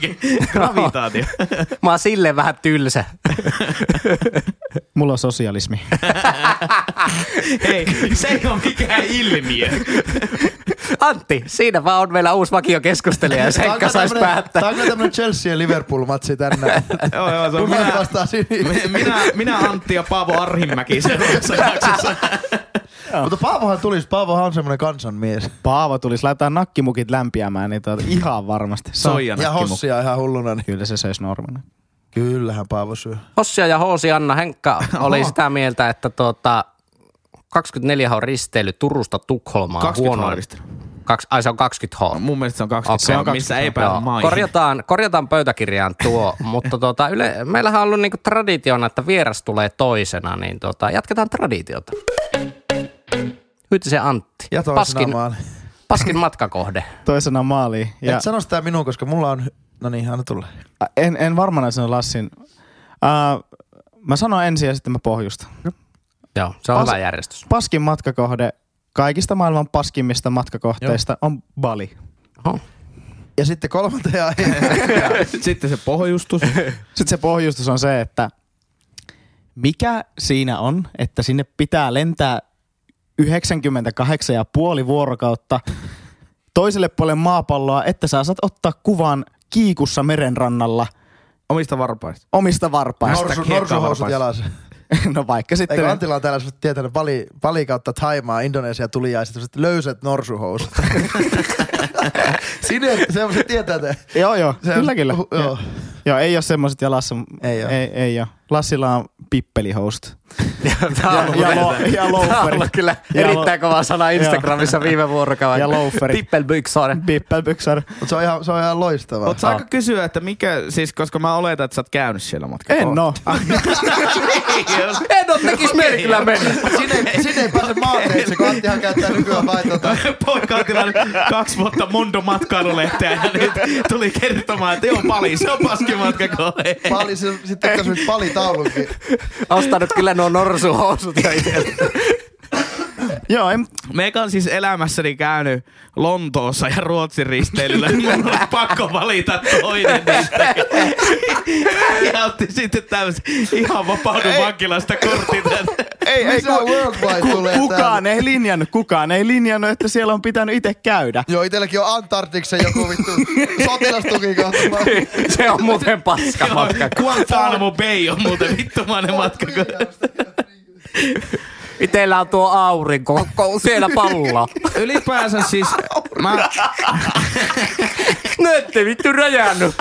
*laughs* Gravitaatio.
Mä oon silleen vähän tylsä.
Mulla on sosialismi.
Hei, se ei ole mikään ilmiö.
Antti, siinä vaan on meillä uusi vakiokeskustelija, jos Henkka saisi päättää.
Tämä on kyllä tämmönen Chelsea ja Liverpool-matsi
*laughs*
tänne.
Joo, joo, se on
Niin.
Kuka
minä,
vastaa sinne?
mi- *laughs* minä, minä, Antti ja Paavo Arhimäki seuraavassa jaksossa.
Mutta Paavohan tulisi, Paavohan on semmoinen kansanmies.
Paavo tulisi laittaa nakkimukit lämpiämään, niin tuota, ihan varmasti. Se on-
Soijan
Ja
nakkimu.
Hossia ihan hulluna. Niin.
Kyllä se söisi normina.
Kyllähän Paavo syö.
Hossia ja Hoosi Anna Henkka oli sitä mieltä, että tuota, 24H risteily Turusta Tukholmaan
20
huonoin-
haarista.
Kaks, ai se on 20H.
Mun mielestä se on 20,
Okei,
se on, missä ei pääse
Joo,
maihin.
korjataan, korjataan pöytäkirjaan tuo, *laughs* mutta tuota, yle, meillähän on ollut niinku traditiona, että vieras tulee toisena, niin tuota, jatketaan traditiota. Hyytisen Antti,
Ja toisena
paskin,
maali.
paskin matkakohde.
Toisena maaliin.
Ja.
Ja
Et sano sitä minun, koska mulla on... No niin, anna tulla.
en, en varmana sano Lassin. Uh, mä sanon ensin ja sitten mä pohjustan.
Joo, se on
Pas-
hyvä järjestys.
Paskin matkakohde, kaikista maailman paskimmista matkakohteista Joo. on Bali.
Oho.
Ja sitten
*laughs*
kolmantena aihe.
Sitten se pohjustus.
Sitten se pohjustus on se, että mikä siinä on, että sinne pitää lentää 98,5 vuorokautta toiselle puolelle maapalloa, että sä saat ottaa kuvan kiikussa merenrannalla
Omista varpaista.
omista varpaista.
Norsu,
kiekkaa
norsuhousut
varpaista.
jalassa.
*laughs* No vaikka
Eikö
sitten...
Antilla on täällä semmoset tietänyt pali, pali kautta Taimaa, Indonesia tuli ja sitten semmoset löysät
*laughs*
norsuhousut. Sinne semmoset tietää, että
Joo, joo,
Se-
kyllä, kyllä.
hu- joo.
Joo. joo, ei ole semmoiset jalassa.
Ei oo.
Ei, ei ole. Lassilla on pippelihousut.
Tämä on ollut
ja
kyllä-
lo- ja
tämä on
loaferit.
ollut kyllä
Ja lo-
erittäin kova sana Instagramissa viime vuorokauden.
Ja loaferit. *laughs*
Tippelbyksore.
Äh.
Pippelbyksar.
Mut se on ihan, se on ihan loistavaa. *laughs*
Oot saako kysyä, että mikä, siis koska mä oletan, että sä oot käynyt siellä matkalla.
En oo.
En ole tekis mieli kyllä mennä.
Sinne, ei- sinne ei pääse maanteitse, kun Anttihan käyttää nykyään vain tota...
Poika on tilannut kaksi vuotta Mondo matkailulehteä ja nyt tuli kertomaan, että joo pali, se on paskimatkakoe.
Pali, se- niin sitten tässä nyt pali taulunkin.
Ostanut kyllä nuo norsuhousut jo itselle.
Joo, en,
Meikä on siis elämässäni käynyt Lontoossa ja Ruotsin risteilyllä. Mun on pakko valita toinen niistä. Ja otti sitten tämmöisen ihan vapaudun vankilasta kortin.
ei, ei,
Missä
ku,
Worldwide
ku,
tulee
kukaan
täällä?
ei linjannut, kukaan ei linjannut, että siellä on pitänyt itse käydä.
Joo, itelläkin on Antarktiksen joku *laughs* vittu sotilastuki kohta.
*laughs* Se on muuten paska matka.
Guantanamo Bay on muuten vittumainen matka.
Itellä on tuo aurinko, ko- siellä pallo.
Ylipäänsä siis, mä,
*laughs* No ette vittu räjännyt.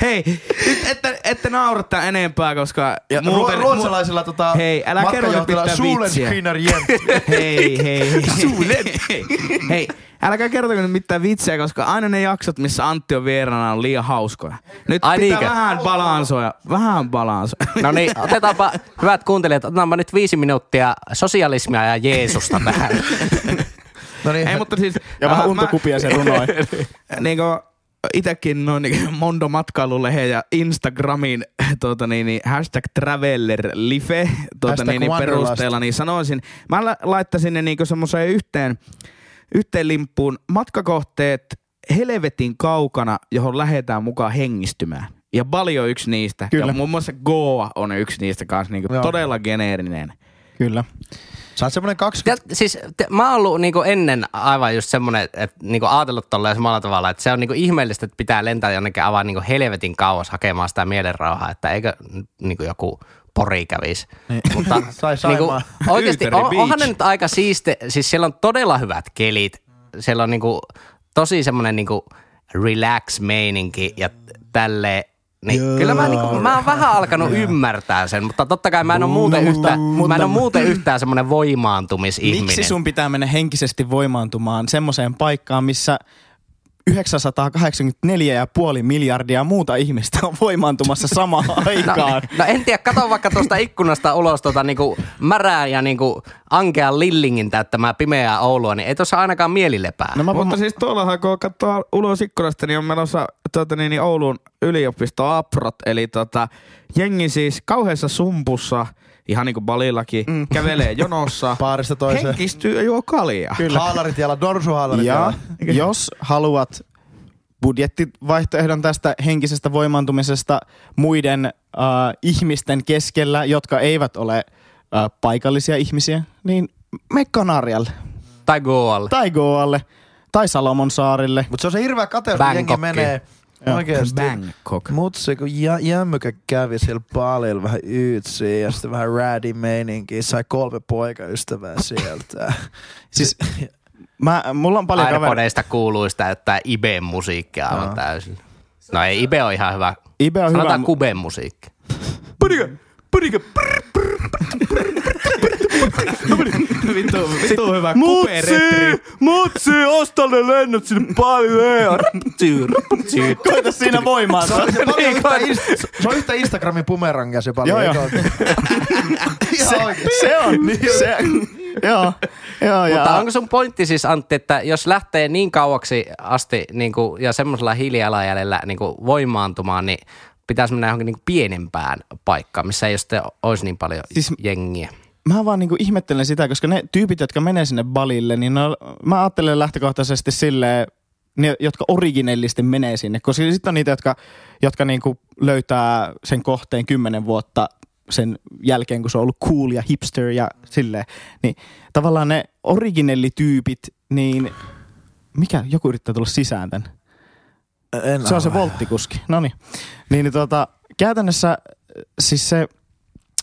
hei, nyt ette, ette naurata enempää, koska
Ja Muuten, ruotsalaisilla tota,
Hei, älä kerro nyt
matkajohtajilla
mitään
Suulen
vitsiä.
Skinner Jens.
Hei, hei, hei. Hei, hei, älkää kertoko nyt mitään vitsiä, koska aina ne jaksot, missä Antti on vieraana, on liian hauskoja. Nyt
Ai
Ai pitää
niinkö?
vähän balansoja, vähän balansoja.
No niin, otetaanpa, hyvät kuuntelijat, otetaanpa nyt viisi minuuttia sosialismia ja Jeesusta tähän.
No niin,
Ei, mutta siis...
Ja vähän
äh, mä-
untokupia
*laughs*
se
*laughs*
runoi.
niin kuin itekin noin niin Mondo matkailulehen ja Instagramin tuota niin, niin, hashtag traveller life tuota
Hashtag
niin, niin,
wanderlust.
perusteella, niin sanoisin, mä la- laittaisin ne niin semmoiseen yhteen, yhteen limppuun matkakohteet helvetin kaukana, johon lähdetään mukaan hengistymään. Ja paljon yksi niistä. Kyllä. Ja
Kyllä.
muun muassa Goa on yksi niistä kanssa, niin
Joo.
todella geneerinen.
Kyllä.
sä oot semmonen kaksi...
Tiedät, siis te, mä oon ollut niinku ennen aivan just semmoinen, että niinku ajatellut tolleen samalla tavalla, että se on niinku ihmeellistä, että pitää lentää jonnekin aivan niinku helvetin kauas hakemaan sitä mielenrauhaa, että eikö niinku joku pori kävisi. Niin. Mutta
Sai
niinku,
Saimaa.
oikeasti
Yyteri
on, onhan ne
Beach.
nyt aika siiste, siis siellä on todella hyvät kelit, siellä on niinku tosi semmoinen niinku relax meininki ja tälleen. Niin, kyllä mä, niinku, mä oon vähän alkanut ymmärtää sen, mutta totta kai mä en ole muuten,
no, mutta-
yhtään, mä en ole muuten yhtään semmoinen voimaantumisihminen.
Miksi sun pitää mennä henkisesti voimaantumaan semmoiseen paikkaan, missä 984,5 miljardia muuta ihmistä on voimaantumassa samaan aikaan?
*laughs* No en tiedä, kato vaikka tuosta ikkunasta ulos tuota niinku märää ja niinku ankean lillingin täyttämää pimeää Oulua, niin ei tuossa ainakaan mieli lepää. No,
No mä,
Mutta siis tuollahan, kun katsoo ulos ikkunasta, niin on menossa tuota, niin, niin Oulun yliopisto Aprot, eli tota, jengi siis kauheassa sumpussa, ihan niin kuin Balillakin, mm. kävelee
*laughs*
jonossa,
Baarista toiseen.
henkistyy ja juo kaljaa.
Kyllä. Haalarit jalla, norsuhaalarit
ja
jalla.
*laughs* jos haluat budjettivaihtoehdon tästä henkisestä voimaantumisesta muiden äh, ihmisten keskellä, jotka eivät ole äh, paikallisia ihmisiä, niin me Kanarialle.
Tai Goalle.
Tai Goalle. Tai Salomon saarille.
Mutta se on se hirveä kateus, kun jengi
Bangkokkiin.
menee.
Joo.
Oikeesti.
Bangkok.
Mutsi, kun jä, jämmykä kävi siellä paljon vähän yytsiä ja sitten vähän radi meininkiä, sai kolme poikaystävää sieltä.
Siis *laughs* mä, mulla on paljon kavereita.
Airpodeista kuuluu sitä, että Iben musiikkia aivan
Joo.
täysin. No ei, Ibe on ihan hyvä.
Ibe on hyvä.
Sanotaan Kuben musiikki.
Vittu, vittu hyvä kuperetri.
Mutsi, osta ne lennot sinne paljon.
Koita siinä voimaa.
Se on, se, on
Niin,
yhtä,
kai-
inst- se on yhtä Instagramin bumerangia se paljon.
Joo, joo.
eikö ole? Ihan oikeesti.
se on. Se, joo. joo ja,
Mutta onko sun pointti siis Antti, että jos lähtee niin kauaksi asti niin kuin, ja semmoisella hiilijalanjäljellä niin kuin voimaantumaan, niin pitäisi mennä johonkin niin kuin pienempään paikkaan, missä ei sitten olisi niin paljon siis,
Siis-
jengiä.
mä vaan niinku ihmettelen sitä, koska ne tyypit, jotka menee sinne balille, niin no, mä ajattelen lähtökohtaisesti silleen, ne, jotka originellisesti menee sinne, koska sitten on niitä, jotka, jotka niinku löytää sen kohteen kymmenen vuotta sen jälkeen, kun se on ollut cool ja hipster ja silleen. Niin tavallaan ne originellityypit, niin mikä, joku yrittää tulla sisään tän.
En
Se on se
ole.
volttikuski. No niin. Niin tuota, käytännössä siis se,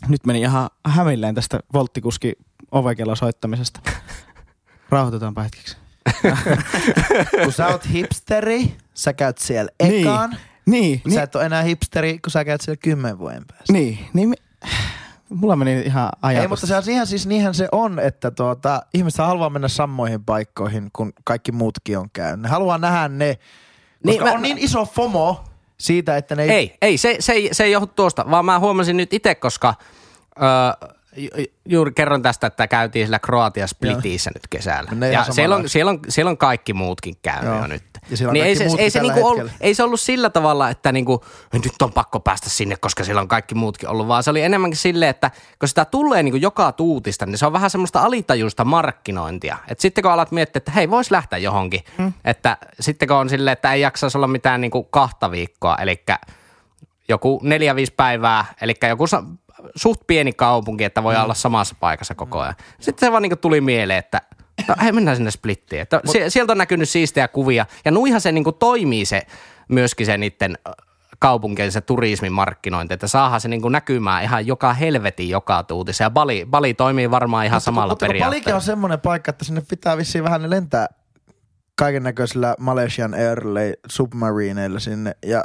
nyt meni ihan hämilleen tästä volttikuski ovekella soittamisesta. Rauhoitutaanpa hetkeksi.
Kun sä oot hipsteri, sä käyt siellä ekaan. Niin.
Niin,
Sä
niin,
et ole enää hipsteri, kun sä käyt siellä kymmen vuoden päästä.
niin, niin, mi- mulla meni ihan ajatus.
Ei, mutta se on ihan siis niinhän se on, että tuota, ihmiset haluaa mennä samoihin paikkoihin, kun kaikki muutkin on käynyt. Ne haluaa nähdä ne, koska
Niin,
niin,
mä-
on niin iso FOMO siitä, että ne ei...
Ei, ei se, se, ei- se ei johdu tuosta, vaan mä huomasin nyt itse, koska öö, ju- juuri kerron tästä, että käytiin sillä Kroatia Splitissä nyt kesällä.
Ne
ja
ihan
siellä on,
samanlaista.
siellä, on, siellä on kaikki muutkin käynyt
Joo.
jo nyt.
Ja siellä on
niin ei se,
kaikki muutkin
ei, se
tällä
niinku ollut,
hetkellä.
ei se ollut sillä tavalla, että niinku, nyt on pakko päästä sinne, koska siellä on kaikki muutkin ollut, vaan se oli enemmänkin silleen, että kun sitä tulee niinku joka tuutista, niin se on vähän semmoista alitajuista markkinointia. Et sitten kun alat miettiä, että hei, vois lähteä johonkin,
Hmm.
että sitten kun on silleen, että ei jaksaisi olla mitään niinku kahta viikkoa, eli joku neljä, viisi päivää, eli joku sa- suht pieni kaupunki, että
Mm.
voi olla samassa paikassa koko ajan. Sitten se vaan niin tuli mieleen, että no, hei, mennään sinne splittiin. Että sie- sieltä on näkynyt siistejä kuvia, ja nuihan se niin toimii se myöskin se niiden ö, kaupunkien se turismin markkinointi, että saahan se niin näkymään ihan joka helvetin joka tuutissa. Ja Bali, Bali toimii varmaan ihan samalla
Mutta kun Palikin
periaatteella.
on semmoinen paikka, että sinne pitää vissiin vähän ne lentää kaiken näköisillä Malaysian Airlay submarineilla sinne ja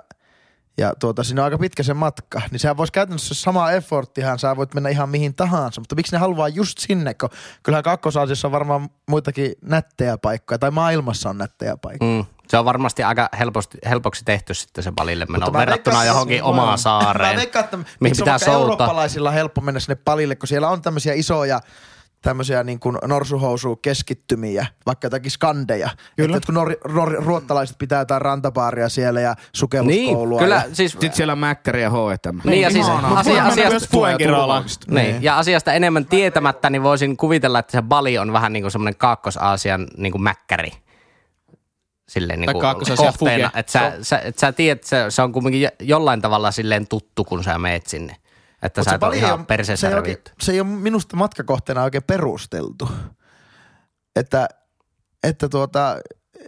ja tuota, siinä on aika pitkä se matka, niin sehän voisi käytännössä se sama efforttihan, sä voit mennä ihan mihin tahansa, mutta miksi ne haluaa just sinne, kun kyllähän Kakkosasiassa on varmaan muitakin nättejä paikkoja, tai maailmassa on nättejä paikkoja.
Mm, se on varmasti aika helposti, helpoksi tehty sitten se Balille meno
Mutta mä
verrattuna
veikkaan, että
johonkin
se-
omaan saareen,
Mä veikkaan, että
mihin
se on
pitää
vaikka
soutaa.
eurooppalaisilla helppo mennä sinne palille, kun siellä on tämmöisiä isoja tämmöisiä niin kuin norsuhousu keskittymiä, vaikka jotakin skandeja. Kyllä. Että kun nor, nor, ruottalaiset pitää jotain rantabaaria siellä ja sukelluskoulua.
Niin, kyllä,
Ja,
siis
Sitten siellä on mäkkäri ja H&M.
Niin, ja siis
Ihanaa.
asia-
Voidaan mennä
asiasta-
myös Fuengirolaan.
Niin. Ja asiasta enemmän tietämättä, niin voisin kuvitella, että se Bali on vähän niin kuin semmoinen Kaakkois-Aasian niin kuin mäkkäri. Silleen niin
Tai
kuin
Kaakkois-Aasian
kohteena.
fuge.
Että sä, sä, et sä tiedät, se, se on kuitenkin jo- jollain tavalla silleen tuttu, kun sä meet sinne. Että
Mut
sä et ole
Bali ei
ihan
ole- se, ei
perseessä
oikein- se ei ole minusta matkakohteena oikein perusteltu. Että, että tuota,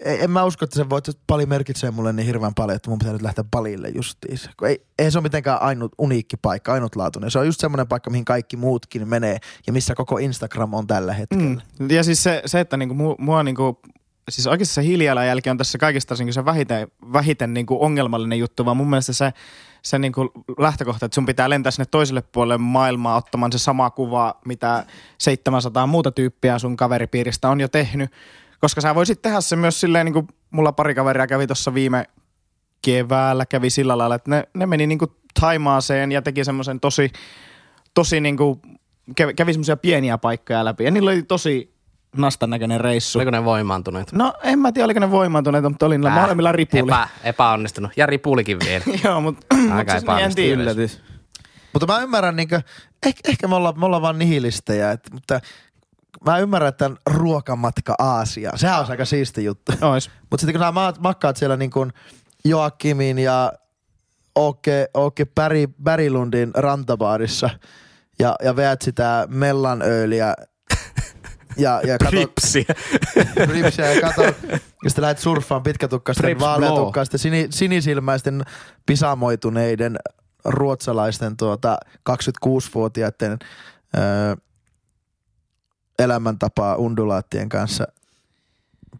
ei- en mä usko, että se voi, että pali merkitsee mulle niin hirveän paljon, että mun pitää nyt lähteä palille justiinsa. Kun ei, eihän se ole mitenkään ainut, uniikki paikka, ainutlaatuinen. Se on just semmoinen paikka, mihin kaikki muutkin menee ja missä koko Instagram on tällä hetkellä. Mm.
Mm. Ja siis se, se että niinku mu- mua niinku, siis oikeasti se hiilijalanjälki on tässä kaikista niinku se vähiten, vähiten niinku ongelmallinen juttu, vaan mun mielestä se, se niinku lähtökohta, että sun pitää lentää sinne toiselle puolelle maailmaa ottamaan se sama kuva, mitä 700 muuta tyyppiä sun kaveripiiristä on jo tehnyt. Koska sä voisit tehdä se myös silleen, niin kuin mulla pari kaveria kävi tuossa viime keväällä, kävi sillä lailla, että ne, ne meni niin kuin Taimaaseen ja teki semmoisen tosi tosi niinku, kävi, kävi semmoisia pieniä paikkoja läpi. Ja niillä oli tosi nastan näköinen reissu.
Oliko ne voimaantuneet?
No en mä tiedä, oliko ne voimaantuneita, mutta oli niillä
Äh,
No, molemmilla ripuli.
Epä, epäonnistunut. Ja ripulikin vielä.
*laughs* Joo, mutta mut *clears throat* siis niin en
epäonnistunut
tiedä.
yleisö.
Yllätys.
Mutta mä ymmärrän, niin kuin, ehkä, ehkä me, ollaan, me ollaan vaan nihilistejä, että, mutta mä ymmärrän, että tämän ruokamatka Aasiaan. Sehän on aika siisti juttu.
Ois.
Mutta sitten kun nämä maat, makkaat siellä niin kuin Joakimin ja Oke, Oke Päri, Pärilundin rantabaarissa ja, ja veät sitä mellanööliä ja, ja katot,
Ripsi.
ripsiä ja katot, ja sitten lähdet surffaan pitkätukkaisten,
Rips
vaaleatukkaisten, sini, sinisilmäisten, pisamoituneiden ruotsalaisten tuota, 26-vuotiaiden öö, elämäntapaa undulaattien kanssa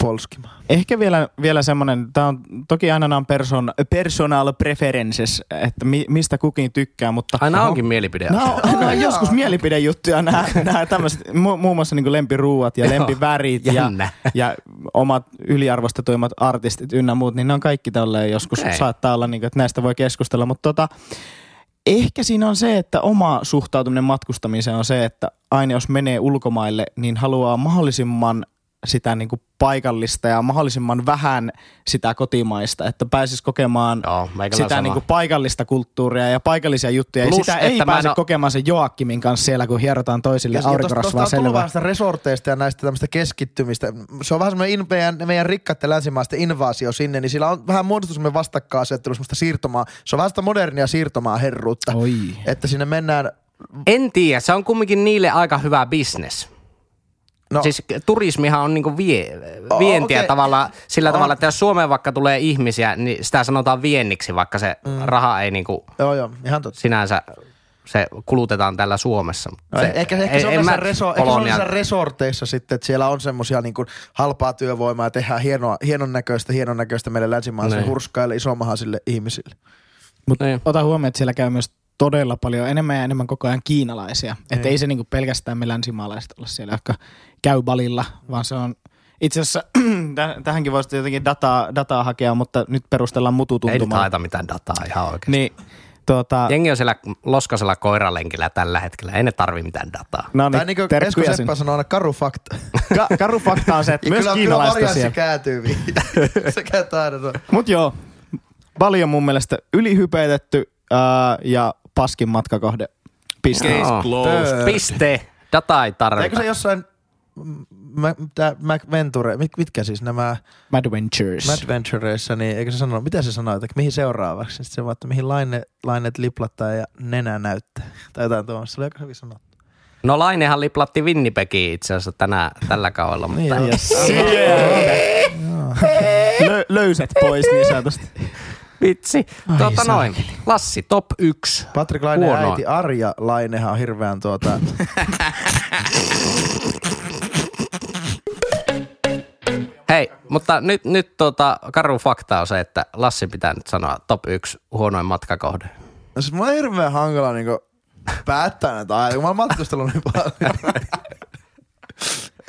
polskimaan.
Ehkä vielä, vielä semmoinen, tämä on toki aina nämä on person, personal preferences, että mi, mistä kukin tykkää, mutta...
Aina
*laughs*
onkin mielipide.
Nämä
*laughs*
on, nämä on
Joo.
joskus mielipidejuttuja, nämä, nämä tämmöiset, mu- muun muassa niin lempiruuat ja
Joo.
lempivärit ja,
Jännä.
ja omat yliarvostetuimmat artistit ynnä muut, niin ne on kaikki tolleen joskus
Okei.
okay. saattaa olla, niin kuin, että näistä voi keskustella, mutta tota, ehkä siinä on se, että oma suhtautuminen matkustamiseen on se, että aina jos menee ulkomaille, niin haluaa mahdollisimman sitä niin kuin paikallista ja mahdollisimman vähän sitä kotimaista, että pääsis kokemaan
Joo, meikällä
sitä
sama.
niin kuin paikallista kulttuuria ja paikallisia juttuja.
Plus,
Plus, sitä ei
että mä en
pääse
oo-
kokemaan sen Joakkimin kanssa siellä, kun hierotaan toisille aurinkorasvaa
on tullut vähän
selvää.
sitä resorteista ja näistä tämmöistä keskittymistä. Se on vähän semmoinen in, meidän, meidän rikkaiden länsimaisten invaasio sinne, niin sillä on vähän muodostunut semmoinen vastakkainasettelu, semmoista siirtomaa. Se on vähän sitä modernia siirtomaa herruutta.
Oi.
Että sinne mennään,
En tiedä, se on kumminkin niille aika hyvä bisnes. No.
no siis,
Siis turismihan on niinku vie,
O-
vientiä okay.
okei.
tavalla, sillä
On.
tavalla, että jos Suomeen vaikka tulee ihmisiä, niin sitä sanotaan vienniksi, vaikka se mm. raha ei niinku
joo joo, ihan totta.
sinänsä, se kulutetaan täällä Suomessa.
No,
Se,
se, ehkä, ehkä, se on
en
näissä
mä
reso, ehkä se on
Polonian-
näissä resorteissa sitten, että siellä on semmoisia niin kuin halpaa työvoimaa ja tehdään hienoa, hienon näköistä, hienon näköistä meille länsimaalaisille
Niin.
hurskaille, isomahaisille ihmisille.
Niin.
Ota huomioon, että siellä käy myös todella paljon enemmän ja enemmän koko ajan kiinalaisia.
Niin.
Että ei se niinku pelkästään me länsimaalaiset olla siellä, jotka käy balilla, vaan se on itse asiassa, *clears throat* täh- tähänkin voisi jotenkin dataa, dataa hakea, mutta nyt perustellaan
Ei nyt
mututuntumaan.
haeta mitään dataa ihan oikein.
Niin, tuota,
Jengi on siellä loskasella koiralenkillä tällä hetkellä, ei ne tarvi mitään dataa.
tai
no niin,
niin kuin Esko
terkkuja sinne.
Seppä sanoi aina karu fakta.
*laughs* Ka- karu fakta on se, että
Ja
myös
kyllä,
kiinalaista
kyllä siellä.
siellä.
kääntyy viin.
*laughs*
Se kääntää aina noin.
Mut joo, paljon mun mielestä ylihypeitetty ää, ja paskin matkakohde. Piste.
Joo.
closed.
Piste. Data ei
Eikö
tarvita.
se jossain... Mä, tää, Mac Venture, mit, mitkä siis nämä
Madventures.
Mad Ventureissa, niin eikö se sano, mitä se sanoo, että mihin seuraavaksi? Sitten se vaan, että mihin laine, lainet liplattaa ja nenä näyttää. Tai jotain tuommoista, se oli aika hyvin sanottu.
No Lainehan liplatti Winnipegiin itse asiassa tänä, tällä kaudella, mutta
Niin, *laughs* yes.
Lö- löyset pois niin sanotusti.
vitsi. Tuota
saakeli.
noin, Lassi, top 1.
Patrik Laine
Huonoa.
äiti Arja Lainehan on hirveän
*laughs*
tuota...
Hei, mutta nyt, nyt tuota, karu fakta on se, että Lassi pitää nyt sanoa top 1 huonoin matkakohde.
No siis mulla on hirveän hankala niinku päättää näitä aiheita, kun mä oon matkustellut niin paljon.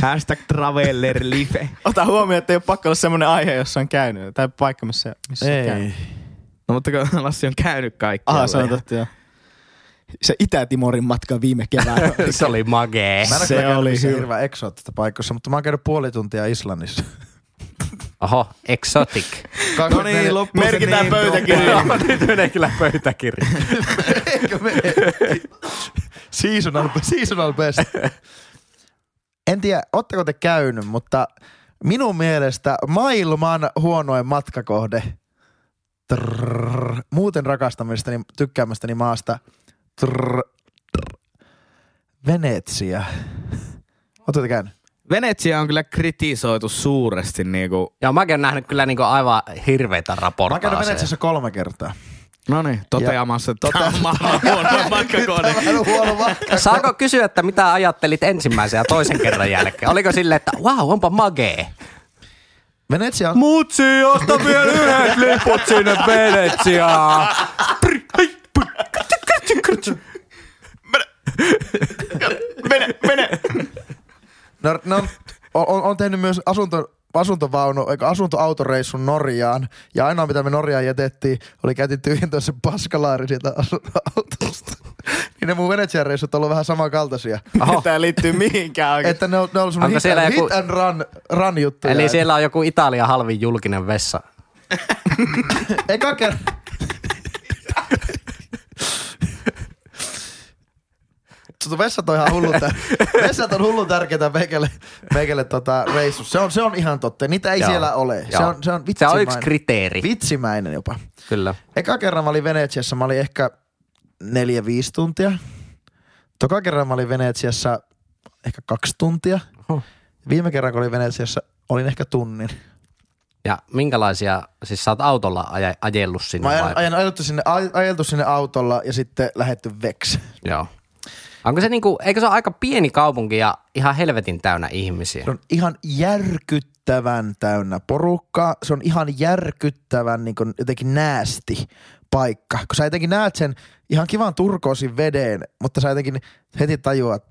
Hashtag traveler life.
Ota huomioon, että ei ole pakko olla semmoinen aihe, jossa on käynyt. Tai paikka, missä, missä on käynyt.
No mutta kun Lassi on käynyt kaikkialla.
Aha, se on totta, joo. Se Itä-Timorin matka viime *laughs* keväänä.
*laughs* Se oli magee.
Mä en ole
Se
kyllä käynyt
oli
missään
hyvä.
hirveän eksoottista paikassa, mutta mä oon käynyt puoli tuntia Islannissa.
Oho, *laughs* exotic.
24
No loppu se
Merkitään
niin,
pöytäkirjaan.
tuo-
nyt menee kyllä pöytäkirja.
*laughs* Eikö me? seasonal, seasonal best. *laughs* En tiedä, ootteko te käynyt, mutta minun mielestä maailman huonoin matkakohde trrr, muuten rakastamistani, tykkäämästäni maasta trrr, trrr, Venetsia. Ootteko te käynyt?
Venetsia on kyllä kritisoitu suuresti niinku.
Joo, mäkin oon nähnyt kyllä niinku aivan hirveitä
Mä oon käynyt
raportaaseja.
Venetsiassa kolme kertaa.
No niin, toteamassa,
tota-
että tämä on maailman
*laughs*
huono matkakohde.
Tämä on huono matka.
Saako kysyä, että mitä ajattelit ensimmäisen ja toisen kerran jälkeen? Oliko silleen, että wow, onpa magee?
Venetsia on
Mutsi, osta vielä yhdet liput sinne Venetsiaan.
mene, mene.
No, no on, on- on tehnyt myös asunto, asuntovaunu, eikä asuntoautoreissun Norjaan. Ja ainoa, mitä me Norjaan jätettiin, oli käytiin tyhjentää se paskalaari sieltä asuntoautosta. niin ne mun Venetsian reissut on ollut vähän samankaltaisia.
*laughs*
Oho.
Tämä liittyy mihinkään oikein.
Että ne on, ne on ollut
Onko
semmoinen hit,
siellä
and-
joku-
hit and run, run juttuja.
Eli siellä on joku Italian halvin julkinen vessa.
Eka kerran. Tuo Tuota, vessat on ihan hullu tär- *laughs* vessat on hullu tärkeitä meikälle, meikälle tota reissussa. Se on, se on ihan totta. Niitä ei
Joo.
Joo. siellä ole. Se
Joo.
on, se on
Se
vitsimäinen.
on yksi kriteeri.
Vitsimäinen jopa.
Kyllä.
Eka kerran mä olin Venetsiassa, mä olin ehkä neljä, viisi tuntia. Toka kerran mä olin Venetsiassa ehkä kaksi tuntia.
Oho.
Viime kerran, kun olin Venetsiassa, olin ehkä tunnin.
Ja minkälaisia, siis sä oot autolla aje, ajellut sinne
Mä
vai?
ajan, ajan ajeltu, sinne, aj- ajeltu sinne autolla ja sitten lähetty veks.
Joo. Onko se niinku, eikö se ole aika pieni kaupunki ja ihan helvetin täynnä ihmisiä?
Se on ihan järkyttävän täynnä porukkaa. Se on ihan järkyttävän niin kuin jotenkin näästi paikka. Kun sä jotenkin näet sen ihan kivan turkoosin veden, mutta sä jotenkin heti tajuat,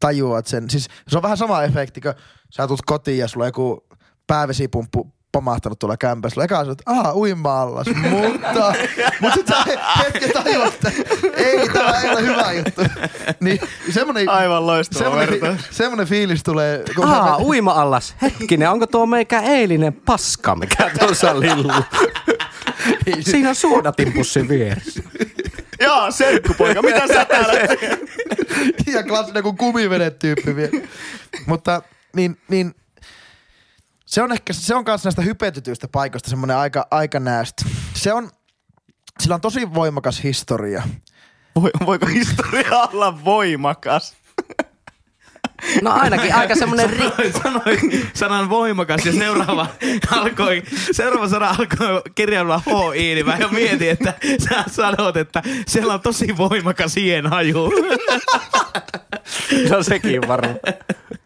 tajuat sen. Siis se on vähän sama efekti, kun sä tulet kotiin ja sulla on joku päävesipumppu pamahtanut tuolla kämpässä. Sulla Eka sä oot, aha, uimaallas, mutta, mutta sit sä hetken tajuat, että ei, tämä ei ole hyvä juttu. Niin semmonen,
Aivan loistava
semmoinen,
vertaus.
semmoinen fiilis tulee. kun sä
Aa, uima-allas. Hetkinen, onko tuo meikä eilinen paska, mikä tuossa
*laughs*
lilluu? Siinä on suodatinpussin vieressä.
Jaa, serkkupoika, mitä sä *laughs* täällä?
*laughs* ja klassinen kuin kumivedet tyyppi vielä. Mutta niin, niin se on ehkä, se on kanssa näistä hypetytyistä paikoista semmoinen aika, aika näästä. Se on, sillä on tosi voimakas historia.
Voi, voiko historia olla voimakas?
No ainakin aika semmoinen ri...
sanoi sanan voimakas ja
*laughs*
seuraava alkoi, seuraava sana alkoi kirjailla HI, niin mä jo mietin, että sä sanot, että siellä on tosi
*laughs*
voimakas hienhaju.
No sekin varmaan.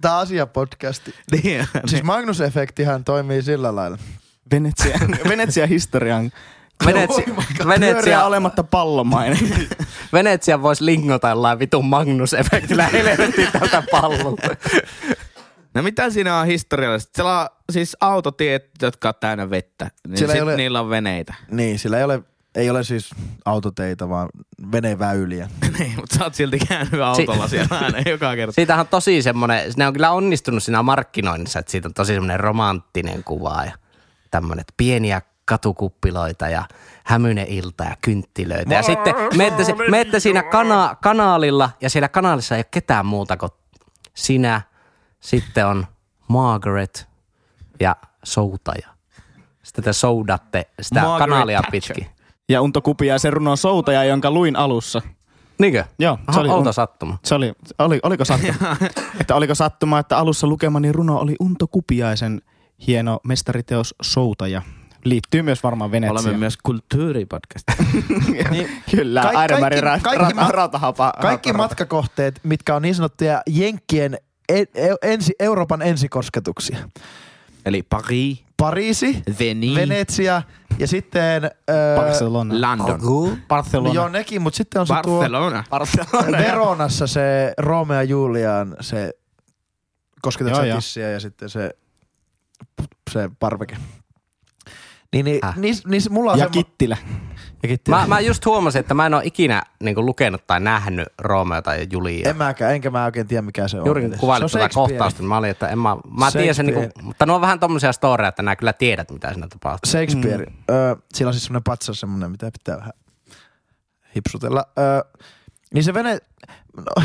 Tämä asiapodcasti.
niin,
Siis Magnus-efektihän toimii sillä lailla.
Venetsian, *laughs* Venetsian historian
Venetsi,
pyöreä
Venetsia,
olematta *laughs* pallomainen.
Venetsia voisi lingota jollain vitun Magnus-efektillä helvettiin tältä pallolta.
No mitä siinä on historiallista? Siellä on siis autotiet, jotka on täynnä vettä. Niin
Siellä
sit
ei ole-
niillä on veneitä. *laughs*
Niin, sillä ei ole, ei ole siis autoteita, vaan veneväyliä.
niin, mutta sä oot silti käynyt autolla siellä aina joka kerta.
Siitähän on tosi semmoinen, ne on kyllä onnistunut siinä markkinoinnissa, että siitä on tosi semmoinen romanttinen kuva ja tämmöinen, että pieniä katukuppiloita ja hämyinen ilta ja kynttilöitä. Ja sitten meette, si- meette siinä kana, kanaalilla ja siellä kanaalissa ei ole ketään muuta kuin sinä, sitten on Margaret ja soutaja. Sitten te soudatte sitä
Margaret
kanaalia
Thatcher.
pitkin.
Ja Unto Kupia se runon soutaja, jonka luin alussa.
Niinkö?
Joo, se
Aha,
oli-
outo
*laughs*
sattuma.
Se oli, oli oliko sattuma? että oliko sattuma, että alussa lukemani runo oli Unto Kupiaisen hieno mestariteos Soutaja. Liittyy myös varmaan Venetsiaan.
Olemme
*laughs*
myös kulttuuripodcast.
niin, Kyllä,
Ka-
Iron Maiden ra-
kaikki- kaikki
ra-
mat-
rautahapa.
Kaikki
rautahapa.
matkakohteet, mitkä on niin sanottuja Jenkkien en, ensi, Euroopan ensikosketuksia.
Eli Paris,
Pariisi,
Veni,
Venetsia ja sitten... Öö,
Barcelona.
London.
No
Barcelona.
joo, nekin, mutta sitten on se tuo
Barcelona.
Veronassa se Romeo ja Julian, se kosketat
Joo,
sä
joo.
tissiä ja sitten se, se parveke. Niin, niin,
Häh?
niin, niin se- mulla on
ja
semmo-
Kittilä.
ja kitti.
Mä, mä just huomasin, että mä en ole ikinä niin lukenut tai nähnyt Romeo tai Julia.
En mäkään, enkä mä oikein tiedä mikä se on.
Juuri kun
edes.
kuvailit
Se on
tätä
Shakespeare.
kohtausta, niin mä olin, että en mä, mä tiedän sen niinku,
Shakespeare.
mutta ne on vähän tommosia storeja, että nää kyllä tiedät, mitä siinä tapahtuu.
Shakespeare. Mm. Öö, sillä on siis semmoinen patsas semmoinen, mitä pitää vähän hipsutella. Öö, niin se vene, no,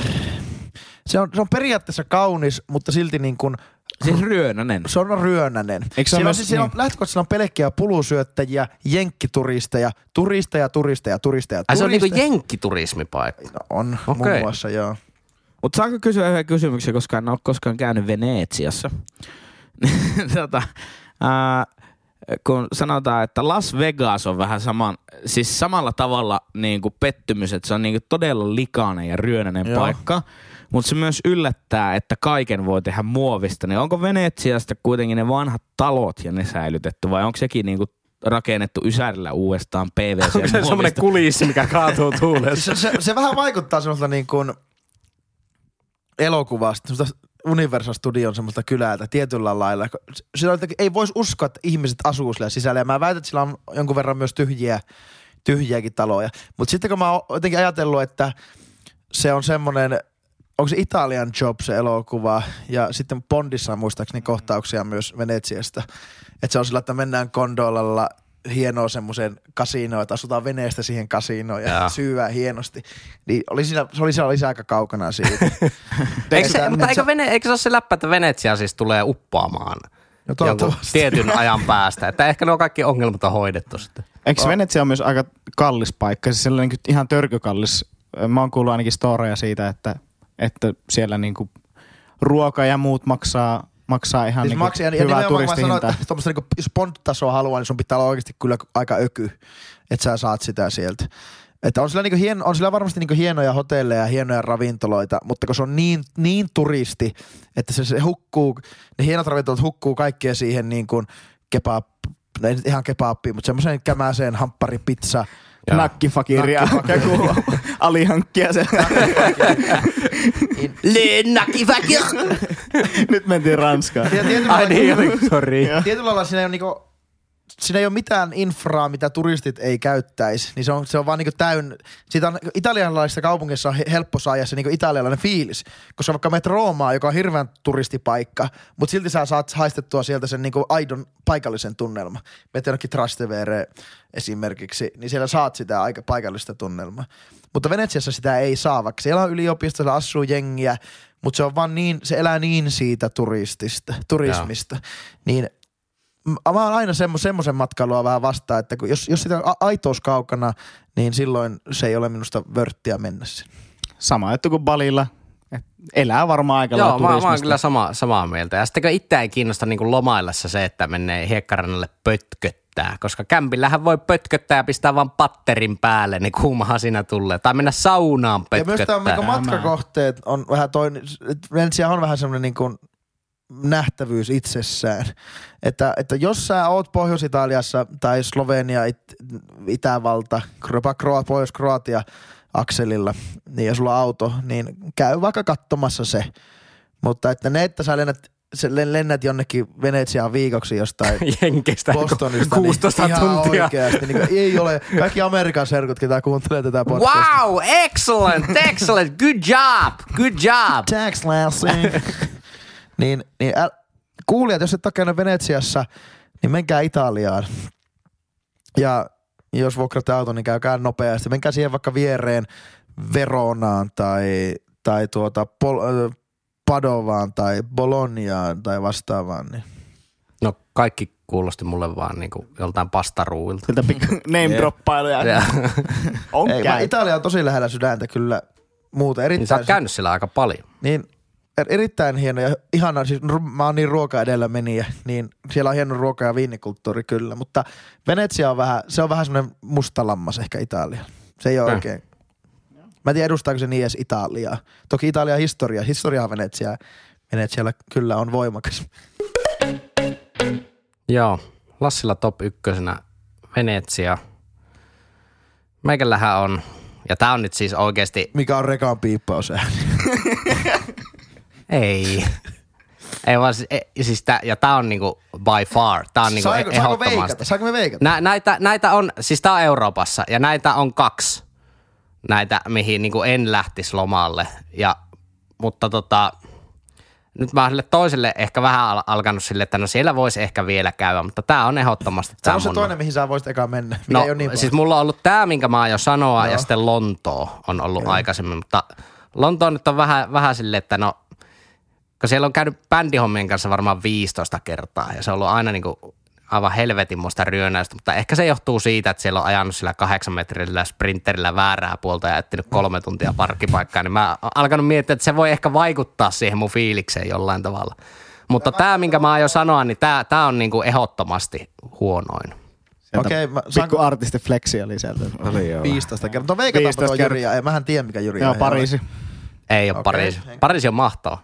se, on, se on periaatteessa kaunis, mutta silti niin kuin,
Siis Ryönänen.
se on ryönänen.
Eikö se
Siellä
ole
on,
myös-
siis, siellä on,
niin.
lähtökohtaisesti on pelkkiä pulusyöttäjiä, jenkkituristeja, turisteja, turisteja, turisteja,
Ai se on niinku
turisteja.
jenkkiturismipaikka.
No on, okay. muun
Okei.
muassa joo.
Mutta saanko kysyä yhden kysymyksen, koska en ole koskaan käynyt Veneetsiassa? *laughs* tota, ää, kun sanotaan, että Las Vegas on vähän saman, siis samalla tavalla niin kuin pettymys, että se on niin kuin todella likainen ja ryönäinen
Joo.
Joo. paikka, mutta se myös yllättää, että kaiken voi tehdä muovista. Niin onko Venetsiasta kuitenkin ne vanhat talot ja ne säilytetty vai onko sekin niin kuin rakennettu Ysärillä uudestaan PVC
Onko se semmonen
muovista?
kulissi, mikä kaatuu tuuleen?
Se, se, se vähän vaikuttaa semmoista niin kuin elokuvasta, semmoista Universal Studion semmoista kylältä tietyllä lailla. Sillä on jotenkin- ei voisi uskoa, että ihmiset asuu siellä sisällä. Ja mä väitän, että sillä on jonkun verran myös tyhjiä, tyhjiäkin taloja. Mutta sitten kun mä oon jotenkin ajatellut, että se on semmoinen, onko se Italian Job se elokuva, ja sitten Bondissa on muistaakseni kohtauksia myös Venetsiasta. Että se on sillä, että mennään gondolalla hienoa semmoiseen kasinoon, että asutaan veneestä siihen kasinoon ja, ja.
Jaa.
syyään hienosti. Niin oli siinä, se oli, se oli aika kaukana siitä.
*laughs* *laughs* Eikö se,
Että-
mutta eikö,
se-
vene, eikö se ole se läppä, että Venetsia siis tulee uppoamaan
No
jonkun
toivottavasti.
tietyn ajan päästä? Että ehkä ne on kaikki ongelmat on hoidettu sitten.
Eikö Venetsia on myös aika kallis paikka? Siis sellainen kyllä ihan törkykallis. Mä oon kuullut ainakin storeja siitä, että, että siellä niinku ruoka ja muut maksaa maksaa ihan
Siis
niinku
maksia, ja
hyvää
nimenomaan kun mä sanoin,
turistihintaa.
että tuommoista niinku, jos bond-tasoa haluaa, niin sun pitää olla oikeasti kyllä aika öky, että sä saat sitä sieltä. Että on sillä, niinku hien, on sillä varmasti niinku hienoja hotelleja ja hienoja ravintoloita, mutta kun se on niin, niin turisti, että se, se hukkuu, ne hienot ravintolat hukkuu kaikkea siihen niin kuin kebab, no ei nyt ihan kebabiin, mutta semmoiseen kämäseen hamparipizza.
Nakkifakiria, joku alihankkija se.
*laughs*
Lennäkiväkir!
Nyt mentiin Ranskaan.
Ja tietyllä
Ai niin,
*laughs*
lailla-
oli, sori.
tietyllä lailla siinä ei ole niinku, siinä ei ole mitään infraa, mitä turistit ei käyttäisi. Niin se on, se on vaan niinku täyn... Siitä on, italialaisissa kaupungeissa on he- helppo saada se niinku italialainen fiilis. Koska vaikka menet Roomaan, joka on hirveän turistipaikka, mutta silti sä saat haistettua sieltä sen niinku aidon paikallisen tunnelma. Meet jonnekin Trastevere esimerkiksi, niin siellä saat sitä aika paikallista tunnelmaa. Mutta Venetsiassa sitä ei saa, vaikka siellä on yliopisto, siellä asuu jengiä, mutta se on vaan niin, se elää niin siitä turistista, turismista. Niin M- mä oon aina semmo, semmoisen matkailua vähän vastaan, että kun jos, jos sitä on a- aitous kaukana, niin silloin se ei ole minusta vörttiä mennä sinne.
Sama juttu kuin Balilla. Et elää varmaan aika
Joo,
lailla
mä, mä oon
turismista.
kyllä sama, samaa mieltä. Ja sitten kun itseä ei kiinnosta niin lomaillessa se, että menee hiekkarannalle pötköttää, koska kämpillähän voi pötköttää ja pistää vaan patterin päälle, niin kuumahan siinä tulee. Tai mennä saunaan
Ja myös
pötköttää. *laughs*
tämä niin matkakohteet on vähän toinen, Venetsia on vähän semmoinen niin kuin nähtävyys itsessään. Että, että jos sä oot Pohjois-Italiassa tai Slovenia, It, Itävalta, jopa Kroa, Pohjois-Kroatia akselilla, niin ja sulla on auto, niin käy vaikka katsomassa se. Mutta että ne, että sä lennät, se- lennät jonnekin Venetsiaan viikoksi
*laughs*
jostain
Jenkeistä
Bostonista.
16
niin ihan
niin tuntia.
Oikeasti, niin kuin, ei ole. Kaikki Amerikan serkut, ketä kuuntelee tätä podcastia.
Wow, excellent, excellent, good job, good job.
Tax Lassie. *laughs* niin, niin äl, kuulijat, jos et ole käynyt Venetsiassa, niin menkää Italiaan. Ja jos vuokratte auton, niin käykää nopeasti. Menkää siihen vaikka viereen Veronaan tai, tai tuota Pol- ö, Padovaan tai Boloniaan tai vastaavaan. Niin.
No kaikki kuulosti mulle vaan niin kuin joltain pastaruuilta.
Siltä
*laughs*
pikku name droppailuja.
Ja,
*laughs* On
Ei, vaan
käy.
Italia on tosi lähellä sydäntä kyllä muuten.
niin
Erittäin
sä oot käynyt siellä aika paljon.
Niin er- erittäin hieno ja ihana, siis ru- mä oon niin ruoka edellä meniä, niin siellä on hieno ruoka- ja viinikulttuuri kyllä, mutta Venetsia on vähän, se on vähän semmoinen mustalammas ehkä Italia. Se ei ole
Mm.
oikein. Mä en tiedä edustaako se niin edes Italiaa. Toki Italia historia, historiaa Venetsiaa. Venetsialla kyllä on voimakas.
Joo, Lassilla top ykkösenä Venetsia. Meikällähän on, ja tää on nyt siis oikeasti,
Mikä on rekaan piippaus ääni. *laughs*
ei. Ei vaan, siis- e, siis tää, ja tää on niinku by far, tää on niinku
Saanko,
saanko,
saanko
ehdottomasti.
veikata? Saanko me veikata?
Nä, näitä, näitä on, siis tää on Euroopassa, ja näitä on kaksi, näitä mihin niinku en lähtisi lomalle. Ja, mutta tota, nyt mä oon sille toiselle ehkä vähän al- alkanut sille, että no siellä voisi ehkä vielä käydä, mutta tää on ehdottomasti
Se
tää
on se
mun-
toinen, mihin sä voisit eka mennä. Mikä
No,
ei ole niin
siis
siis...
mulla on ollut tämä, minkä mä aion sanoa,
Joo.
ja sitten Lontoo on ollut aikaisemmin, mutta Lontoo nyt on vähän, vähän silleen, että no, kun siellä on käynyt bändihommien kanssa varmaan 15 kertaa, ja se on ollut aina niin kuin aivan helvetin muista ryönäystä, mutta ehkä se johtuu siitä, että siellä on ajanut sillä kahdeksan metrillä sprinterillä väärää puolta ja jättänyt
Mm.
kolme tuntia parkkipaikkaa, niin mä oon alkanut miettiä, että se voi ehkä vaikuttaa siihen mun fiilikseen jollain tavalla. Mutta tämä, minkä mä aion sanoa, niin tämä, tämä on niin kuin ehdottomasti huonoin.
Okei, mä-
Pikku
saanko-
artisti flexi oli sieltä.
Oli joo.
15 kertaa. No veikataanpa
15
tuo
kertaa.
Jyriä. Ei, mähän tiedä, mikä Jyriä
Joo, Pariisi.
Ei ole
Okei.
okay. Pariisi. Pariisi on mahtava.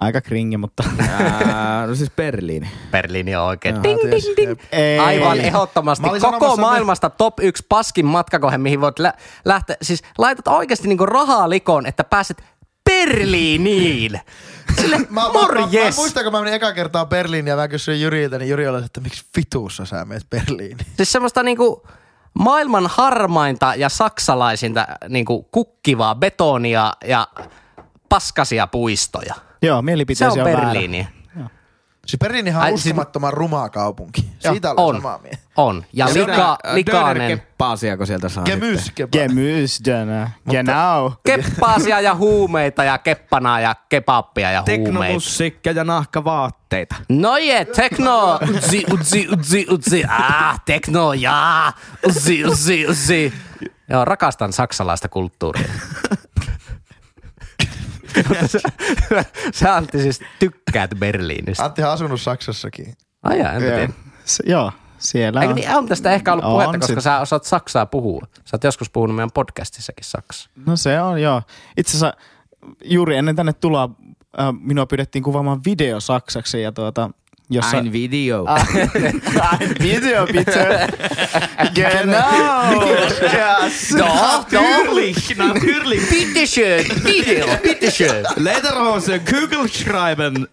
Aika kringi, mutta...
Ää, no siis Berliini.
Berliini on oikein.
Ding, ding, ding.
Ei.
Aivan
Ei.
ehdottomasti.
Mä olin
Koko
sanomassa
maailmasta top 1 paskin matkakohe, mihin voit lä- lähteä. Siis laitat oikeasti niinku rahaa likoon, että pääset
*laughs*
Berliiniin. Sille,
Mä, Morjes! Mä, mä, mä
morjes!
muistan, kun mä menin eka kertaa Berliiniin ja mä kysyin Jyriltä, niin Jyri oli, että miksi vituussa sä menet Berliiniin?
Siis semmoista niinku maailman harmainta ja saksalaisinta niinku kukkivaa betonia ja paskasia puistoja.
Joo,
Se on
mielipiteisiä on, väärä.
Berliini.
Siis Berliinihan on
Ai, siis-
uskomattoman ruma kaupunki.
Joo,
Siitä
on.
olen samaa mieltä.
On. Ja, ja lika, likainen.
kun sieltä saa sitten.
Gemys, kepa.
Gemüsdönä. Genau.
keppaasia ja huumeita ja keppanaa ja kebappia ja huumeita.
Teknomussikka ja nahkavaatteita.
No je, tekno, utsi, utsi, utsi, utsi, ah, tekno, jaa, utsi, utsi,
*laughs*
utsi. Joo, rakastan saksalaista kulttuuria. Mutta sä, sä Antti siis tykkäät Berliinistä.
Antti on asunut Saksassakin.
Ai jaa, en mä
Joo.
tiedä.
Se, joo, siellä
Eikö
on.
niin, on tästä ehkä ollut
On
puhetta, koska
sit.
sä osaat saksaa puhua. Sä oot joskus puhunut meidän podcastissakin saksaa.
No se on, joo. Itse asiassa juuri ennen tänne tuloa äh, minua pyydettiin kuvaamaan video saksaksi ja tuota,
*laughs*
jossa...
Ein niin, video. *laughs*
Ein video, bitte.
Genau.
Doch,
Natürlich, natürlich.
Bitte schön, video, bitte schön.
Lederhose, Google *laughs* schreiben.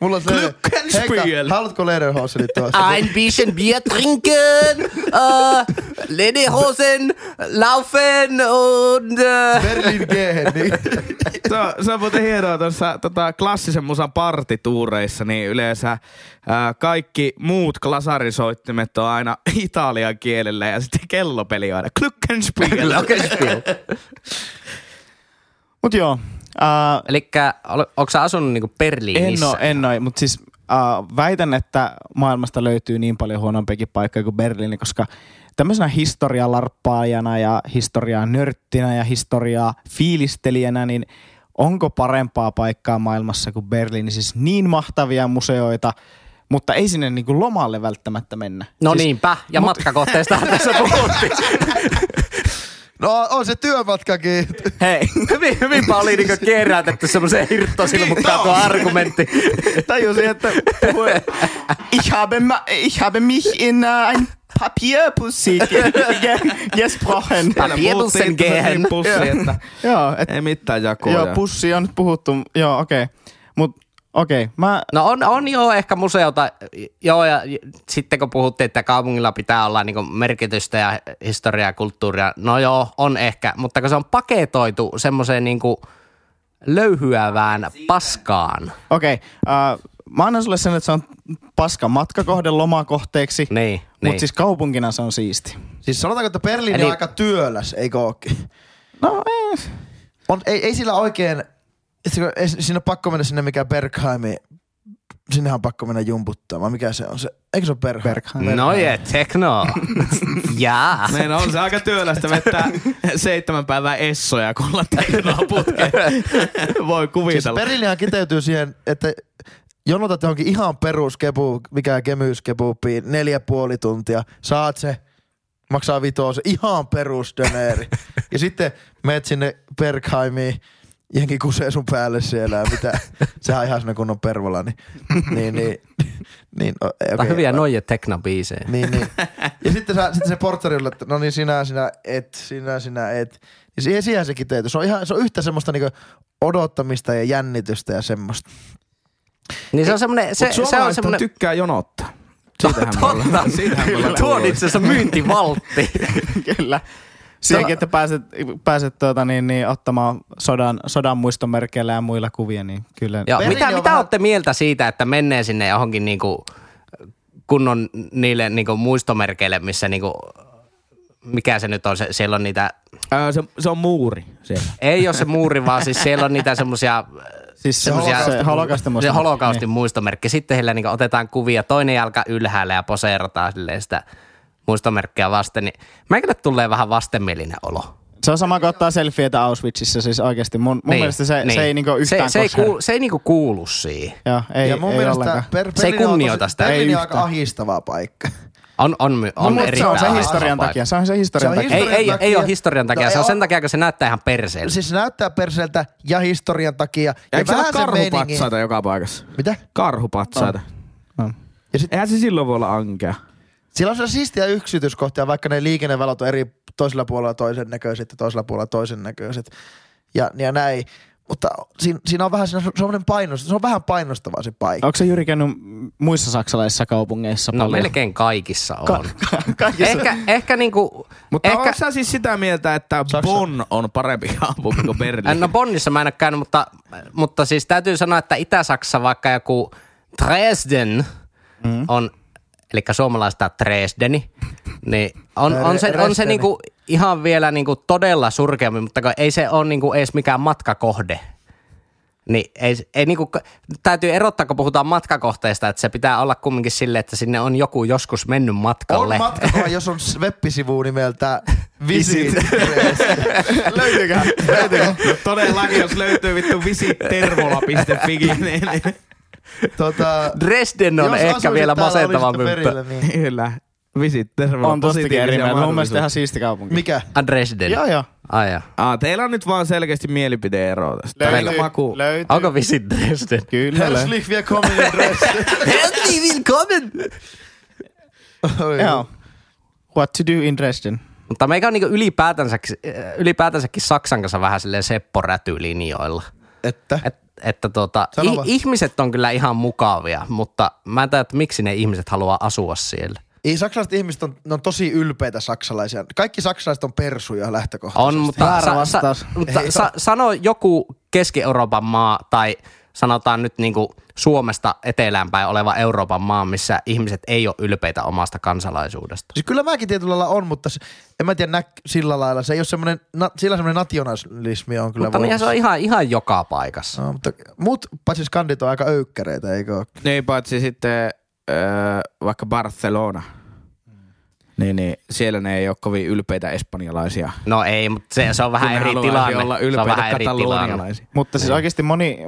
Mulla on se...
Glückenspiel.
Heikka, haluatko Lederhosenit tuossa?
Ein bisschen Bier trinken, äh, Lederhosen laufen und... Äh,
Berliin gehen, niin. *laughs*
se, on, se on muuten hienoa tuossa tota, klassisen musan partituureissa, niin yleensä ää, kaikki muut glasarisoittimet on aina *laughs* italian kielellä ja sitten kellopeli on aina *laughs* Glückenspiel.
Glockenspiel.
Mut joo, äh,
Elikkä, onko sä asunut niinku
en
Berliinissä?
oo, en oo, mutta siis äh, väitän, että maailmasta löytyy niin paljon huonompiakin paikkoja kuin Berliini, koska tämmöisenä historialarppaajana ja historiaa nörttinä ja historiaa fiilistelijänä, niin onko parempaa paikkaa maailmassa kuin Berliini? Siis niin mahtavia museoita, mutta ei sinne niin kuin lomalle välttämättä mennä.
No
siis,
niinpä, ja mut... matkakohteista *laughs* tässä puhuttiin.
No on se työmatkakin.
Hei,
hyvin, hyvinpä oli niinku kerätetty semmoiseen hirttosilmukkaan tuo argumentti.
*laughs* tajusin, että ich habe, ma- ich habe mich in äh, ein Papierpussi ge- *laughs* ge- gesprochen.
Täällä
Papierbussen
puhuttiin
gehen.
niin pussi, että
Joo, et,
ei mitään jakoa.
joo
ja-
pussi on nyt puhuttu. Joo, okei. Okay. Mut okei, okay. mä...
No on, on joo ehkä museota, joo ja j- sitten kun puhuttiin, että kaupungilla pitää olla niinku merkitystä ja historiaa ja kulttuuria, no joo, on ehkä, mutta kun se on paketoitu semmoiseen niinku löyhyävään paskaan.
Okei, okay. uh, mä annan sulle sen, että se on paska matkakohde lomakohteeksi.
Niin,
Mut
niin.
siis kaupunkina se on siisti.
Siis sanotaanko, että Berliini Eli...
Eli-
on aika työläs, eikö ookin?
No eh.
On, ei, ei sillä oikein, että ei, siinä ole pakko mennä sinne mikä Bergheimi, sinnehän on pakko mennä jumputtamaan. Mikä se on se? Eikö se ole Bergheim?
Bergheim.
No je,
*laughs*
tekno. Jaa.
Meillä on se aika työlästä vetää
*laughs*
seitsemän päivää essoja, kun ollaan täynnä putkeen. Voi
Siis
kuvitella.
Berliinihan kiteytyy siihen, että jonotat johonkin ihan peruskepu, mikä kemyyskepuuppiin, neljä puoli tuntia, saat se, maksaa vitoa se ihan
*laughs*
perusdöneeri. ja sitten meet sinne Bergheimiin, jengi kusee sun päälle siellä ja mitä, sehän on ihan sinne kunnon pervola, niin, niin, niin, niin o-
Tää
okei.
on hyviä noje tekno-biisejä.
Niin, niin. Ja sitten, sä, sitten se porttarilla, että no niin sinä, sinä et, sinä, sinä et. Niin siihen, siihen se kiteytyy. Se on, ihan, se on yhtä semmoista niinku odottamista ja jännitystä ja semmoista.
Niin se on semmoinen, se,
Mut
se on
suomalaisethan
semmoinen
tykkää jonottaa. Siitähän me
*laughs* Totta.
ollaan. Siitähän me ollaan
Tuo on
kuultu.
itse asiassa
*laughs*
myyntivaltti.
*laughs* Kyllä. Siihenkin, että pääset, pääset tuota, niin, niin, ottamaan sodan, sodan muistomerkeillä ja muilla kuvia, niin kyllä.
Ja
Berliini
mitä,
on
mitä
vähän-
olette mieltä siitä, että menee sinne johonkin niinku kunnon niille niinku muistomerkeille, missä niinku, mikä se nyt on, se, siellä on niitä,
Ää, se, se on muuri siellä.
ei ole se muuri, vaan siis siellä on niitä semmoisia
Siis se,
semmosia-
se holokaustin
se
muisto- niin.
holokaustin muistomerkki. Sitten heillä niinku otetaan kuvia toinen jalka ylhäällä ja poseerataan silleen sitä muistomerkkiä vasten. Niin meikälle tulee vähän vastenmielinen olo.
Se on sama kuin ottaa selfietä Auschwitzissa, siis oikeasti. Mun, mun niin, mielestä se, niin. se ei niinku yhtään
se, se, ei
koske-
kuulu, se ei niinku kuulu siihen.
Joo, ei,
ja mun
ei ollenkaan.
mielestä per,
Se ei
Berliini on
kunnioita
tosi-
sitä.
Berliini
Ei
on aika
yhtään.
ahistava paikka.
On, on, on
no, mutta se on
erittäin
se
haastava
historian
paikka.
takia. Se on se historian
Se on
takia.
Ei, ei, ei ole historian takia,
No,
se on
ei
sen
oo.
takia, kun se näyttää ihan perseeltä.
Siis se näyttää perseeltä ja historian takia. Ja,
Eikö siellä
vähän
ole
sen meiningin.
karhupatsaita joka paikassa?
Mitä?
Karhupatsaita.
No.
Ja sit,
Eihän se silloin voi olla ankea.
Siellä on sellaisia siistiä yksityiskohtia, vaikka ne liikennevalot on eri toisella puolella toisen näköiset ja toisella puolella toisen näköiset. Ja, ja näin. Mutta siinä, siinä on vähän siinä on semmoinen painos, se on vähän painostavaa se paikka.
Onko se Jyri käynyt muissa saksalaisissa kaupungeissa
No
paljon?
melkein kaikissa on.
Kaikissa.
ehkä, ehkä niinku,
Mutta Ehkä...
ehkä,
onko sä siis sitä mieltä, että Bonn on parempi *laughs* kaupunki kuin Berliini?
no Bonnissa mä en ole käynyt, mutta, mutta siis täytyy sanoa, että Itä-Saksa vaikka joku Dresden mm. on, eli suomalaista Dresdeni, niin on, on se, on se
Dresdeni.
niinku ihan vielä niinku todella surkeampi, mutta kun ei se ole niinku edes mikään matkakohde. Niin ei, ei niinku, täytyy erottaa, kun puhutaan matkakohteista, että se pitää olla kumminkin silleen, että sinne on joku joskus mennyt matkalle. *laughs*
On matkakoha, jos on s- web-sivu nimeltä Visit. Löytyykö? Löytyykö?
*laughs*
No todellakin, jos löytyy vittu visittervola.fi, niin, niin
Tota,
Dresden on
jos
ehkä
asuisit
vielä
täällä, olisit
masentavampi.
perillä, niin.
kyllä. Visittervola
On tosti eri mieltä. Mun mielestä ihan siisti kaupunki.
Mikä?
Ah, Dresden.
Joo, joo.
Ai joo.
Ah, teillä on nyt vaan selkeästi mielipideero tästä.
Löytyy-
Teillä maku.
Löytyy.
Onko visit Dresden?
Kyllä. löytyy.
Herzlich willkommen in
*laughs*
Dresden.
Herzlich willkommen!
Oi.
Joo. What to do in Dresden?
Mutta meikä on niinku ylipäätänsäkin, ylipäätänsäkin Saksan kanssa vähän silleen sepporätylinjoilla.
Että?
Et, että tota,
Sano vaan.
i- ihmiset on kyllä ihan mukavia, mutta mä en tiedä, että miksi ne ihmiset haluaa asua siellä.
Ei, saksalaiset ihmiset on, ne on tosi ylpeitä saksalaisia. Kaikki saksalaiset on persuja lähtökohtaisesti.
On, mutta,
Väärä vastaus.
mutta
Ei
sa, sano joku Keski-Euroopan maa tai sanotaan nyt niinku Suomesta eteläänpäin oleva Euroopan maa, missä ihmiset ei ole ylpeitä omasta kansalaisuudesta.
Siis kyllä mäkin tietyllä lailla on, mutta se, en mä tiedä nä, sillä lailla. Se ei ole semmoinen, na, sillä semmoinen nationalismi on kyllä
Mutta niinhän se
voimassa.
on ihan, ihan joka paikassa.
No, mutta muut paitsi skandit on aika öykkäreitä, eikö ole?
Niin, paitsi sitten öö, vaikka Barcelona. Niin, niin, siellä ne ei ole kovin ylpeitä espanjalaisia.
No ei, mutta se, se on vähän
Kun ne
eri
haluaisi
tilanne.
olla
se on
ylpeitä
vähän eri tilanne.
katalonialaisia.
Mutta
Niin.
siis oikeasti moni,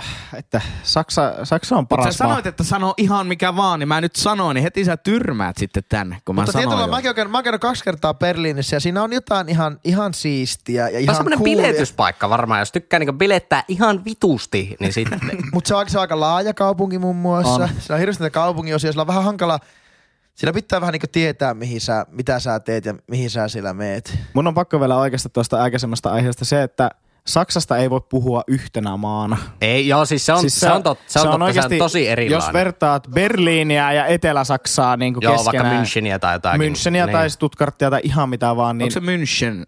äh, että Saksa, Saksa on
Mut sä
paras maa.
sanoit, että sano ihan mikä vaan, niin mä nyt sanoin, niin heti sä tyrmäät sitten tän, kun mä
Mutta
sanoin.
tietyllä
jo.
lailla mäkin olen käynyt, mä oon käynyt kaksi kertaa Berliinissä ja siinä on jotain ihan, ihan siistiä ja
Se on
ihan
semmoinen
coolia.
biletyspaikka varmaan, jos tykkää niinku bilettää ihan vitusti, niin sitten.
Mutta se, on- se on aika laaja kaupunki muun muassa.
On.
On. Siellä on hirveästi näitä kaupunginosia. Siellä on vähän hankala... Siellä pitää vähän niinku tietää, mihin sä, mitä sä teet ja mihin sä siellä meet.
Mun on pakko vielä oikeastaan tuosta aikaisemmasta aiheesta se, että Saksasta ei voi puhua yhtenä maana.
ei, joo, siis se on, siis se, on, tot, se, on, totta, se on tosi erilainen.
Jos vertaat Berliiniä ja Etelä-Saksaa niin kuin
joo, vaikka
keskenään,
Müncheniä tai niin- jotain.
Müncheniä tai Stuttgartia tai ihan mitä vaan, niin
Onko se München?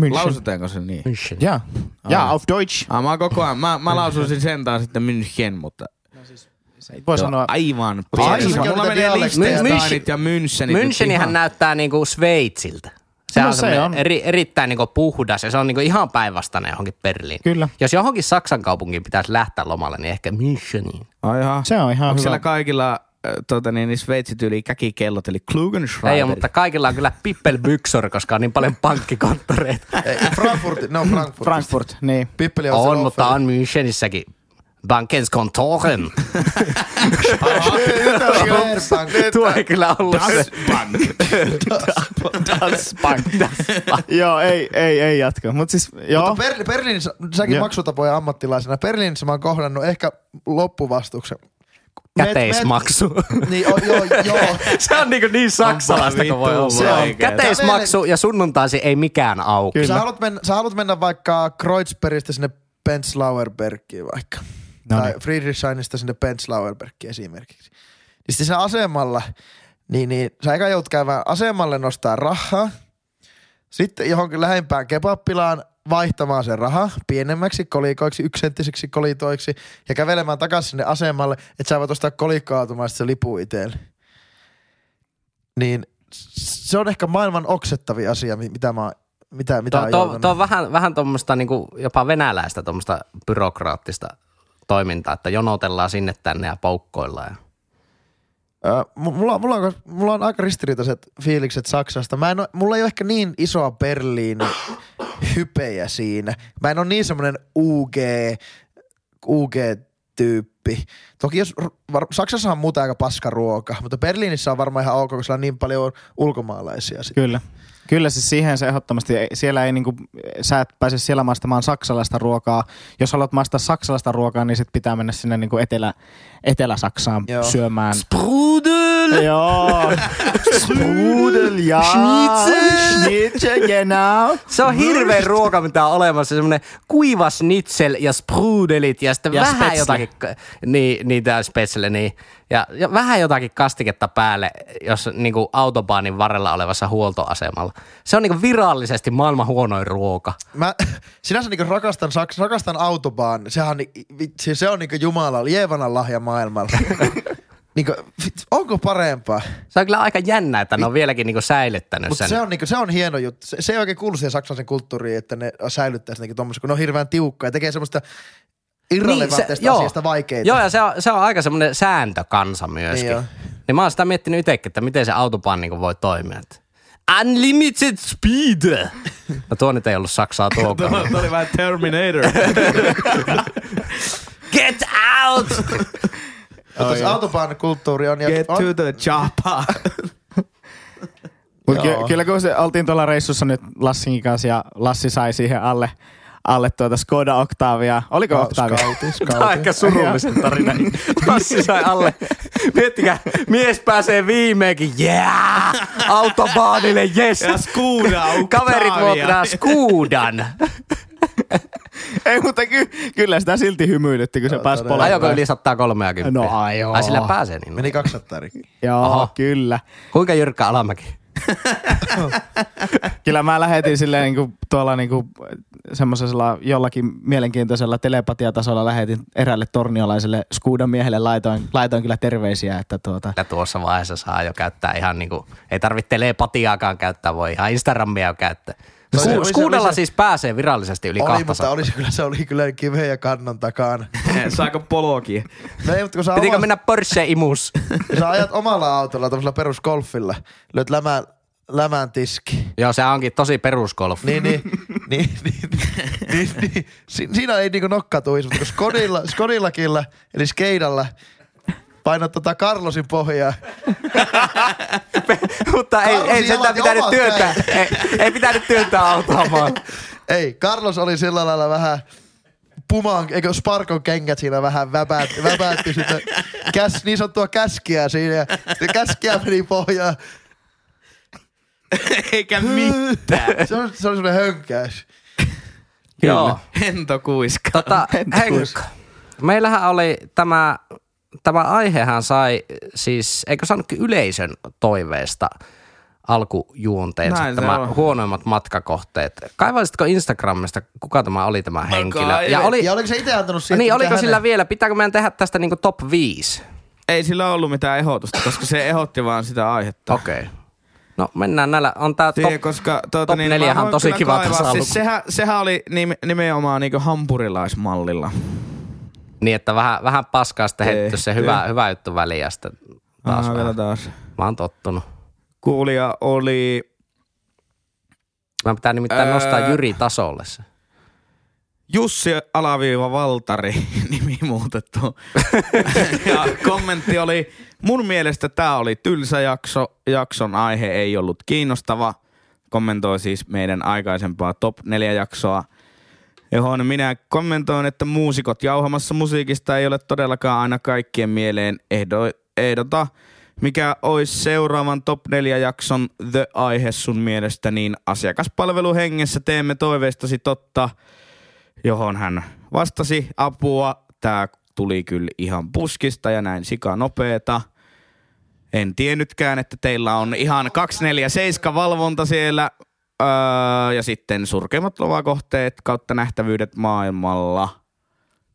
München.
Lausutaanko se niin?
München.
Ja, ja auf Deutsch.
Ah, mä koko ajan, mä, mä lausuisin sen taas sitten München, mutta
Voi
se on
sanoa,
aivan
se on
pienessä.
oikein
Mulla
niitä
menee
dialekteja.
Liechtensteinit ja Münchenit. nyt
Münchenihän
ihan-
näyttää niinku Sveitsiltä. Se
No
on,
se
se on.
on.
Eri, erittäin niinku puhdas ja se on niinku ihan päinvastainen johonkin Berliin.
Kyllä.
Jos johonkin Saksan kaupunkiin pitäisi lähteä lomalle, niin ehkä Müncheniin.
Ai jaha.
se on ihan
Onko
hyvä.
siellä kaikilla äh, tota niin, niin sveitsityyli käkikellot, eli Klugenschreiber?
Ei ole, mutta kaikilla on kyllä pippelbyksor, koska on niin paljon pankkikonttoreita.
Ei, Frankfurt, no Frankfurt.
Frankfurt, niin.
Pippeli on,
on,
se
mutta
Loffeli.
on Münchenissäkin. *laughs* Bankenskontoren.
*laughs* Sberbank.
Tuo ei kyllä ollut se.
Das Bank.
*laughs* *laughs* Das Bank. joo, ei, ei, ei jatka. Mut siis, joo.
Berli, Berliinissä, säkin
Joo.
maksutapoja ammattilaisena, Berliinissä mä oon kohdannut ehkä loppuvastuksen. Met-
Käteismaksu.
met- Niin, o, joo, joo.
*laughs* se on niin, niin saksalaista kuin voi
vittu
olla. Se on
vaikeeta.
käteismaksu ja sunnuntaisi ei mikään auki.
Kyllä.
Sä haluat, mennä, sä haluat mennä vaikka Kreuzbergistä sinne Penzlauerbergiin vaikka.
No
tai
niin.
Friedrichshainista sinne Penzlauerbergiin esimerkiksi. Niin sitten siinä asemalla, niin, niin sä eka joudut käymään asemalle nostaa rahaa, sitten johonkin lähempään kebappilaan vaihtamaan sen raha pienemmäksi kolikoiksi, yksenttisiksi kolitoiksi ja kävelemään takaisin sinne asemalle, että sä voit ostaa kolikkoa automaat, se lipu itselle. Niin s- se on ehkä maailman oksettavin asia, mi- mitä mä oon- mitä, mitä
Tuo,
on
tuo,
joutunut.
tuo on vähän, vähän tuommoista niinku jopa venäläistä tuommoista byrokraattista toimintaa, että jonotellaan sinne tänne ja poukkoillaan. ja-
Ö, mu- mulla, mulla, on, mulla on aika ristiriitaiset fiilikset Saksasta. Mä en oo, mulla ei ole ehkä niin isoa Berliin hypejä siinä. Mä en ole niin semmoinen UG, UG-tyyppi. Toki jos, var, Saksassa on muuta aika paska ruoka, mutta Berliinissä on varmaan ihan ok, koska siellä on niin paljon ulkomaalaisia. Sit.
Kyllä. Kyllä siis siihen se ehdottomasti, ei- siellä ei niinku, sä et pääse siellä maistamaan saksalaista ruokaa. Jos haluat maistaa saksalaista ruokaa, niin sit pitää mennä sinne niinku etelä, Etelä-Saksaan
Joo.
syömään.
Sprudel!
*laughs* Joo. Strudel, ja.
Schnitzel.
Schnitzel, genau.
Se on hirveä ruoka, mitä on olemassa. Semmoinen kuiva schnitzel ja sprudelit ja sitten
Ja
vähän
spetsle.
jotakin, niin, niin tämä spetsle, niin. Ja, ja, vähän jotakin kastiketta päälle, jos niinku autobaanin varrella olevassa huoltoasemalla. Se on niinku virallisesti maailman huonoin ruoka.
Mä *laughs* sinänsä niinku rakastan, Saks, rakastan autobaan. Sehän on, ni- vitsi, se on niinku Jumala, Jeevanan lahja maailmalla. *laughs* niinku, vitsi, onko parempaa?
Se on kyllä aika jännä, että ne on vieläkin niinku säilyttänyt
Mutta
sen.
se, on niinku, se on hieno juttu. Se, se ei oikein kuulu siihen saksalaisen kulttuuriin, että ne säilyttää sitäkin tuommoisen, kun ne on hirveän tiukkaa ja tekee semmoista irrelevantista niin, asiasta vaikeita.
Niin, Joo, ja se on, se on aika semmoinen sääntökansa myöskin.
Niin
Niin,
joo.
niin mä oon sitä miettinyt itsekin, että miten se autobaan niin voi niinku toimia. että Unlimited
*laughs*
speed. No tuo nyt ei ollut saksaa tuokaan.
Tuo oli vähän Terminator.
Get
*laughs*
out!
Mutta autopainokulttuuri on... Ja
Get
on,
to the chopper.
*laughs* Mut ky-
Joo.
kyllä kun se oltiin tuolla reissussa nyt Lassin kanssa ja Lassi sai siihen alle, alle tuota Skoda Octavia.
Oh,
Oliko Octavia? *laughs*
*laughs*
Skauti,
Tämä on
skauti.
aika surullisen tarina. *laughs* Lassi sai alle. Miettikää, mies pääsee viimeinkin. Yeah! Autobaanille, yes! *laughs*
Ja Skoda Octavia.
Kaverit
*laughs*
vuokraa Skuudan.
Ei, mutta ky- kyllä sitä silti hymyilytti, kun se pääsi
todella.
polkuun.
Ajoko yli 130?
No ajoo.
Ai sillä pääsee niin.
Meni 200 rikki.
Joo,
Aha.
kyllä.
Kuinka jyrkkä alamäki?
Kyllä mä lähetin silleen niinku, tuolla niinku, semmoisella jollakin mielenkiintoisella telepatiatasolla lähetin eräälle torniolaiselle skuudan miehelle laitoin, laitoin kyllä terveisiä, että tuota,
Ja tuossa vaiheessa saa jo käyttää ihan niinku, ei tarvitse telepatiaakaan käyttää, voi ihan Instagramia jo käyttää.
No se- oli
Sku-
se-
Skuudalla
oli se-
siis pääsee virallisesti yli
Oli, mutta
200.
oli se, kyllä, se oli kyllä kiveen ja kannon takana.
Eh, Saako
*laughs*
polokin?
No ei, mutta kun sä,
Pitikö
oma,
mennä pörsseen
*laughs*
imus?
sä ajat omalla autolla, tämmöisellä perusgolfilla, lyöt lämään, lämään tiski.
Joo, se onkin tosi peruskolfi.
Niin, niin, niin, niin, niin, niin. Si- siinä ei niinku nokka tuisi, mutta kun Skodilla, Skodillakilla, eli Skeidalla, painat tota Carlosin pohjaa.
Mutta ei,
Karsi
ei sentään
jalati
pitänyt
omat
työntää, ei, ei pitänyt työntää autoa *laughs* vaan.
Ei, Carlos oli sillä lailla vähän Pumaan, eikö Sparkon kengät siinä vähän väpäät, väpäätti sitä käs, niin sanottua käskiä siinä. Ja se käskiä meni pohjaan.
Eikä mitään.
Se oli, se oli semmoinen hönkäys.
Joo.
Hentokuiska.
Tota, Henkka, meillähän oli tämä, tämä aihehan sai siis, eikö saanutkin yleisön toiveesta alkujuonteensa
Näin se
tämä
on.
huonoimmat matkakohteet. Kaivaisitko Instagramista, kuka tämä oli tämä henkilö? Ja,
kaivelin.
oli,
Ja oliko se itse antanut
no
siitä?
niin,
mitä
oliko
hänen-
sillä vielä, pitääkö meidän tehdä tästä niinku top 5?
Ei sillä ollut mitään ehdotusta, koska se ehdotti vaan sitä aihetta.
Okei. Okay. No mennään näillä, on tämä top,
Siihen, koska tuota,
top
niin,
neljähän
mä voin
on tosi
kyllä
kiva
kaivaa.
tasaluku.
Siis sehän, sehän oli nim, nimenomaan niinku hampurilaismallilla.
niin että vähän, vähän paskaa sitten
Ei,
heitetty se
ei.
hyvä, hyvä juttu väliin ja sitten taas
Aha,
vähän.
taas.
Mä oon tottunut.
Kuulija oli...
Mä pitää nimittäin
Öö.
nostaa Jyri tasolle se.
Jussi alaviiva Valtari *laughs* nimi muutettu. ja kommentti oli, mun mielestä tämä oli tylsä jakso, jakson aihe ei ollut kiinnostava. Kommentoi siis meidän aikaisempaa top 4 jaksoa, johon minä kommentoin, että muusikot jauhamassa musiikista ei ole todellakaan aina kaikkien mieleen ehdo, ehdota. Mikä olisi seuraavan top 4 jakson The Aihe sun mielestä, niin asiakaspalveluhengessä teemme toiveistasi totta – johon hän vastasi apua. Tämä tuli kyllä ihan puskista ja näin sika nopeeta. En tiennytkään, että teillä on ihan 247 valvonta siellä. Öö, ja sitten surkeimmat lovakohteet kautta nähtävyydet maailmalla.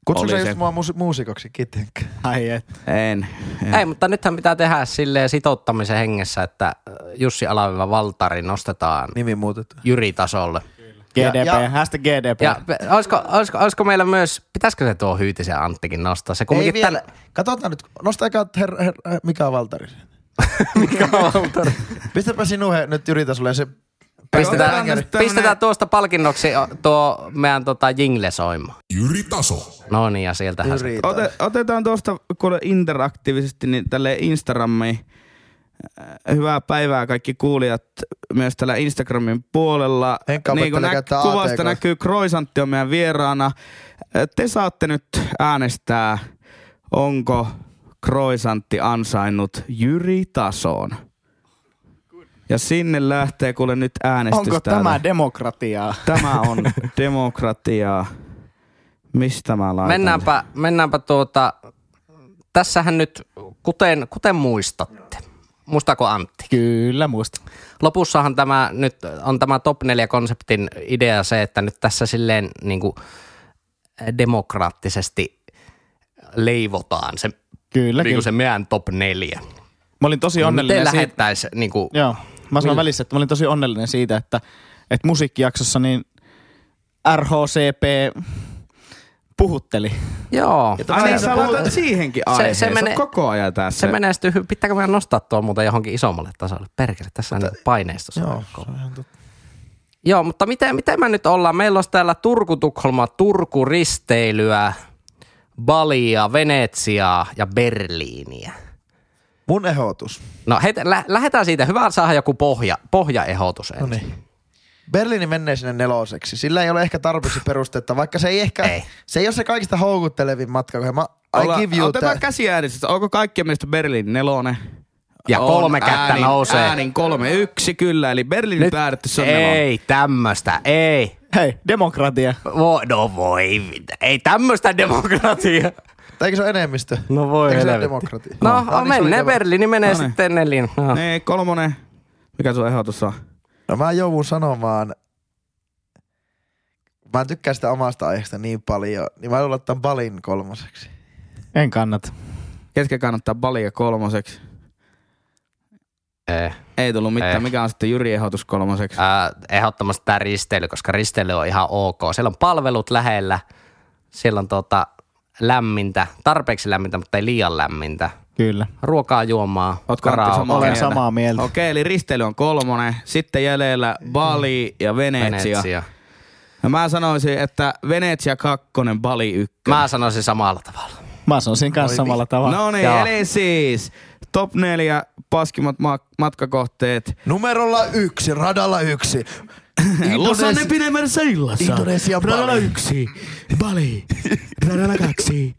Kutsuiko
Oli
se
se.
just mua musi- muusikoksi kitenkään?
ai et.
En. en.
Ei, mutta nythän pitää tehdä silleen sitouttamisen hengessä, että äh, Jussi Alaviva Valtari nostetaan
Niin.
Nimi muutettu.
Jyri tasolle.
GDP,
Ja-
ja, ja,
ja-
hashtag GDP.
Ja pe- olisiko, olisiko, olisiko, meillä myös, pitäisikö se tuo Hyytisen Anttikin nostaa? Se
Ei
kumminkin
vielä. Katsotaan nyt. Nostakaa her, her, her, Mika Valtari.
Mikä on Valtari?
Pistäpä sinuhe nyt yritä sulle se...
pistetään,
Otetaan nyt tämmönen-
pistetään tuosta palkinnoksi o, tuo meidän tota jingle soimaan.
Jyri Taso.
No niin, ja sieltähän se.
Yritä.
Ote, otetaan tuosta kuule interaktiivisesti niin tälle Instagramiin. Äh, Hyvää päivää kaikki kuulijat myös täällä Instagramin puolella. Niin
Henkka
kuin
opettelee käyttää
kuvasta
ATK.
näkyy, Kroisantti on meidän vieraana. Äh, Te saatte nyt äänestää, onko Kroisantti ansainnut Jyri Tasoon. Ja sinne lähtee kuule nyt äänestys
Onko
täällä.
tämä demokratiaa?
tämä on demokratiaa. Mistä mä laitan?
Mennäänpä, mennäänpä tuota, tässähän nyt, kuten, kuten muistatte, muistaako Antti?
Kyllä muista.
lopussahan tämä nyt on tämä top 4 konseptin idea se, että nyt tässä silleen niin kuin demokraattisesti leivotaan se, niin
Kyllä, kyllä.
kuin se meidän top 4.
Mä olin tosi
Miten
onnellinen siitä. Niin.
lähettäisiin niin kuin,
Joo, mä sanon välissä, että mä olin tosi onnellinen siitä, että, että musiikkijaksossa niin RHCP puhutteli.
Joo.
Ja Ai niin, sä laitat siihenkin aiheeseen. Se, se,
menee-
menee, koko ajan tässä.
Se menee sitten, hy- pitääkö meidän nostaa tuo muuten johonkin isommalle tasolle? Perkele, tässä on niin paineistossa.
Joo, se
verkkoa.
on ihan totta.
Joo, mutta miten, miten me nyt ollaan? Meillä olisi täällä Turku-Tukholma, Turku-risteilyä, Balia, Venetsiaa ja Berliiniä.
Mun ehdotus.
No heti, lä- lähdetään siitä. Hyvä saada joku pohja, pohjaehotus
No
ensin.
niin.
Berliini menee sinne neloseksi. Sillä ei ole ehkä tarpeeksi perustetta, vaikka se ei ehkä,
Ei.
ei. se ei ole se kaikista houkuttelevin matka. Kun mä, I
Olla-
give you
Otetaan
that.
käsiäänestys. Onko kaikkien mielestä Berliin nelonen?
Ja kolme kättä
äänin,
nousee.
Äänin kolme yksi kyllä, eli Berliinin Nyt, päädytty se on nelonen.
ei, tämmöstä, ei.
Hei, demokratia.
Voi, no voi, mitä. ei tämmöstä demokratiaa.
Eikö se ole enemmistö?
No voi
Eikö se ole
helvetti.
demokratia?
No,
Tää
no
on
niin,
iso
menee
idea.
Berliini, menee
No niin.
sitten nelin. No.
Niin, kolmonen. Mikä sun ehdotus on?
No mä joudun sanomaan, mä tykkään sitä omasta aiheesta niin paljon, niin mä luulen tämän Balin kolmoseksi.
En kannata.
Ketkä kannattaa balia kolmoseksi?
Ei.
Ei tullut mitään.
Ei.
Mikä on sitten Jyri ehdotus kolmoseksi?
Ää, Äh, ehdottomasti tämä risteily, koska risteily on ihan ok. Siellä on palvelut lähellä, siellä on tota, lämmintä, tarpeeksi lämmintä, mutta ei liian lämmintä.
Kyllä.
Ruokaa, juomaa,
Ootko Antti
karaoke.
samaa
Olen
mieltä?
samaa mieltä.
Okei, eli risteily on kolmonen. Sitten jäljellä Bali ja Venetsia.
Venetsia.
No mä sanoisin, että Venetsia kakkonen, Bali ykkönen.
Mä sanoisin samalla tavalla.
Mä sanoisin kanssa samalla tavalla.
No niin,
Jaa.
eli siis top neljä paskimmat ma- matkakohteet.
Numerolla yksi, radalla
*laughs*
yksi. Indonesi-
pidemmässä illassa.
Indonesia, Bali. Radalla
yksi. Bali. Radalla kaksi.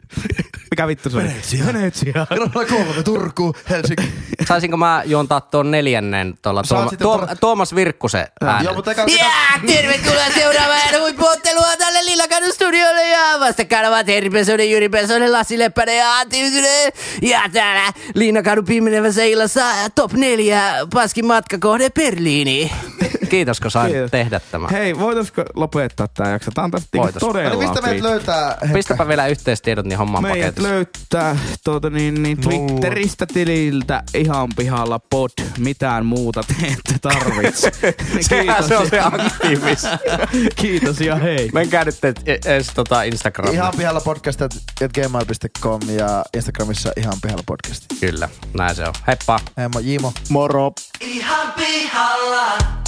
Mikä vittu se oli?
Venetsia.
Venetsia.
*laughs* radalla kolme, Turku, Helsinki.
Saisinko mä juontaa tuon neljännen tuolla
Saat
Tuoma,
sitten
Tuom,
tuoda-
Tuomas Virkkusen äänellä?
Joo, mutta eikä
Ja tervetuloa seuraavaan huippuottelua tälle Lillakadun studiolle ja vastakkainavat Henri Pesonen, Jyri Pesonen, Lassi Leppänen ja Antti Ytynen. Ja täällä Linnakadun pimenevässä illassa top 4 paskin matkakohde Berliini.
Kiitos, kun sain
Kiitos.
tehdä tämän.
Hei, voitaisiko lopettaa tää jakso? Tää on tästä niinku
Voitais.
todella
Eli mistä meidät
pitkä.
löytää?
Pistäpä vielä yhteistiedot, niin homma on
Meidät
paketissa.
löytää tuota, niin, niin Twitteristä tililtä ihan pihalla pod. Mitään muuta te ette
*laughs*
tarvitse.
Sehän se on se aktiivis.
Kiitos ja hei.
Menkää nyt et- edes tota Instagramiin.
Ihan pihalla podcast at gmail.com ja Instagramissa ihan pihalla podcast.
Kyllä, näin se on. Heippa!
Emma Jimo.
Moro.
Ihan pihalla.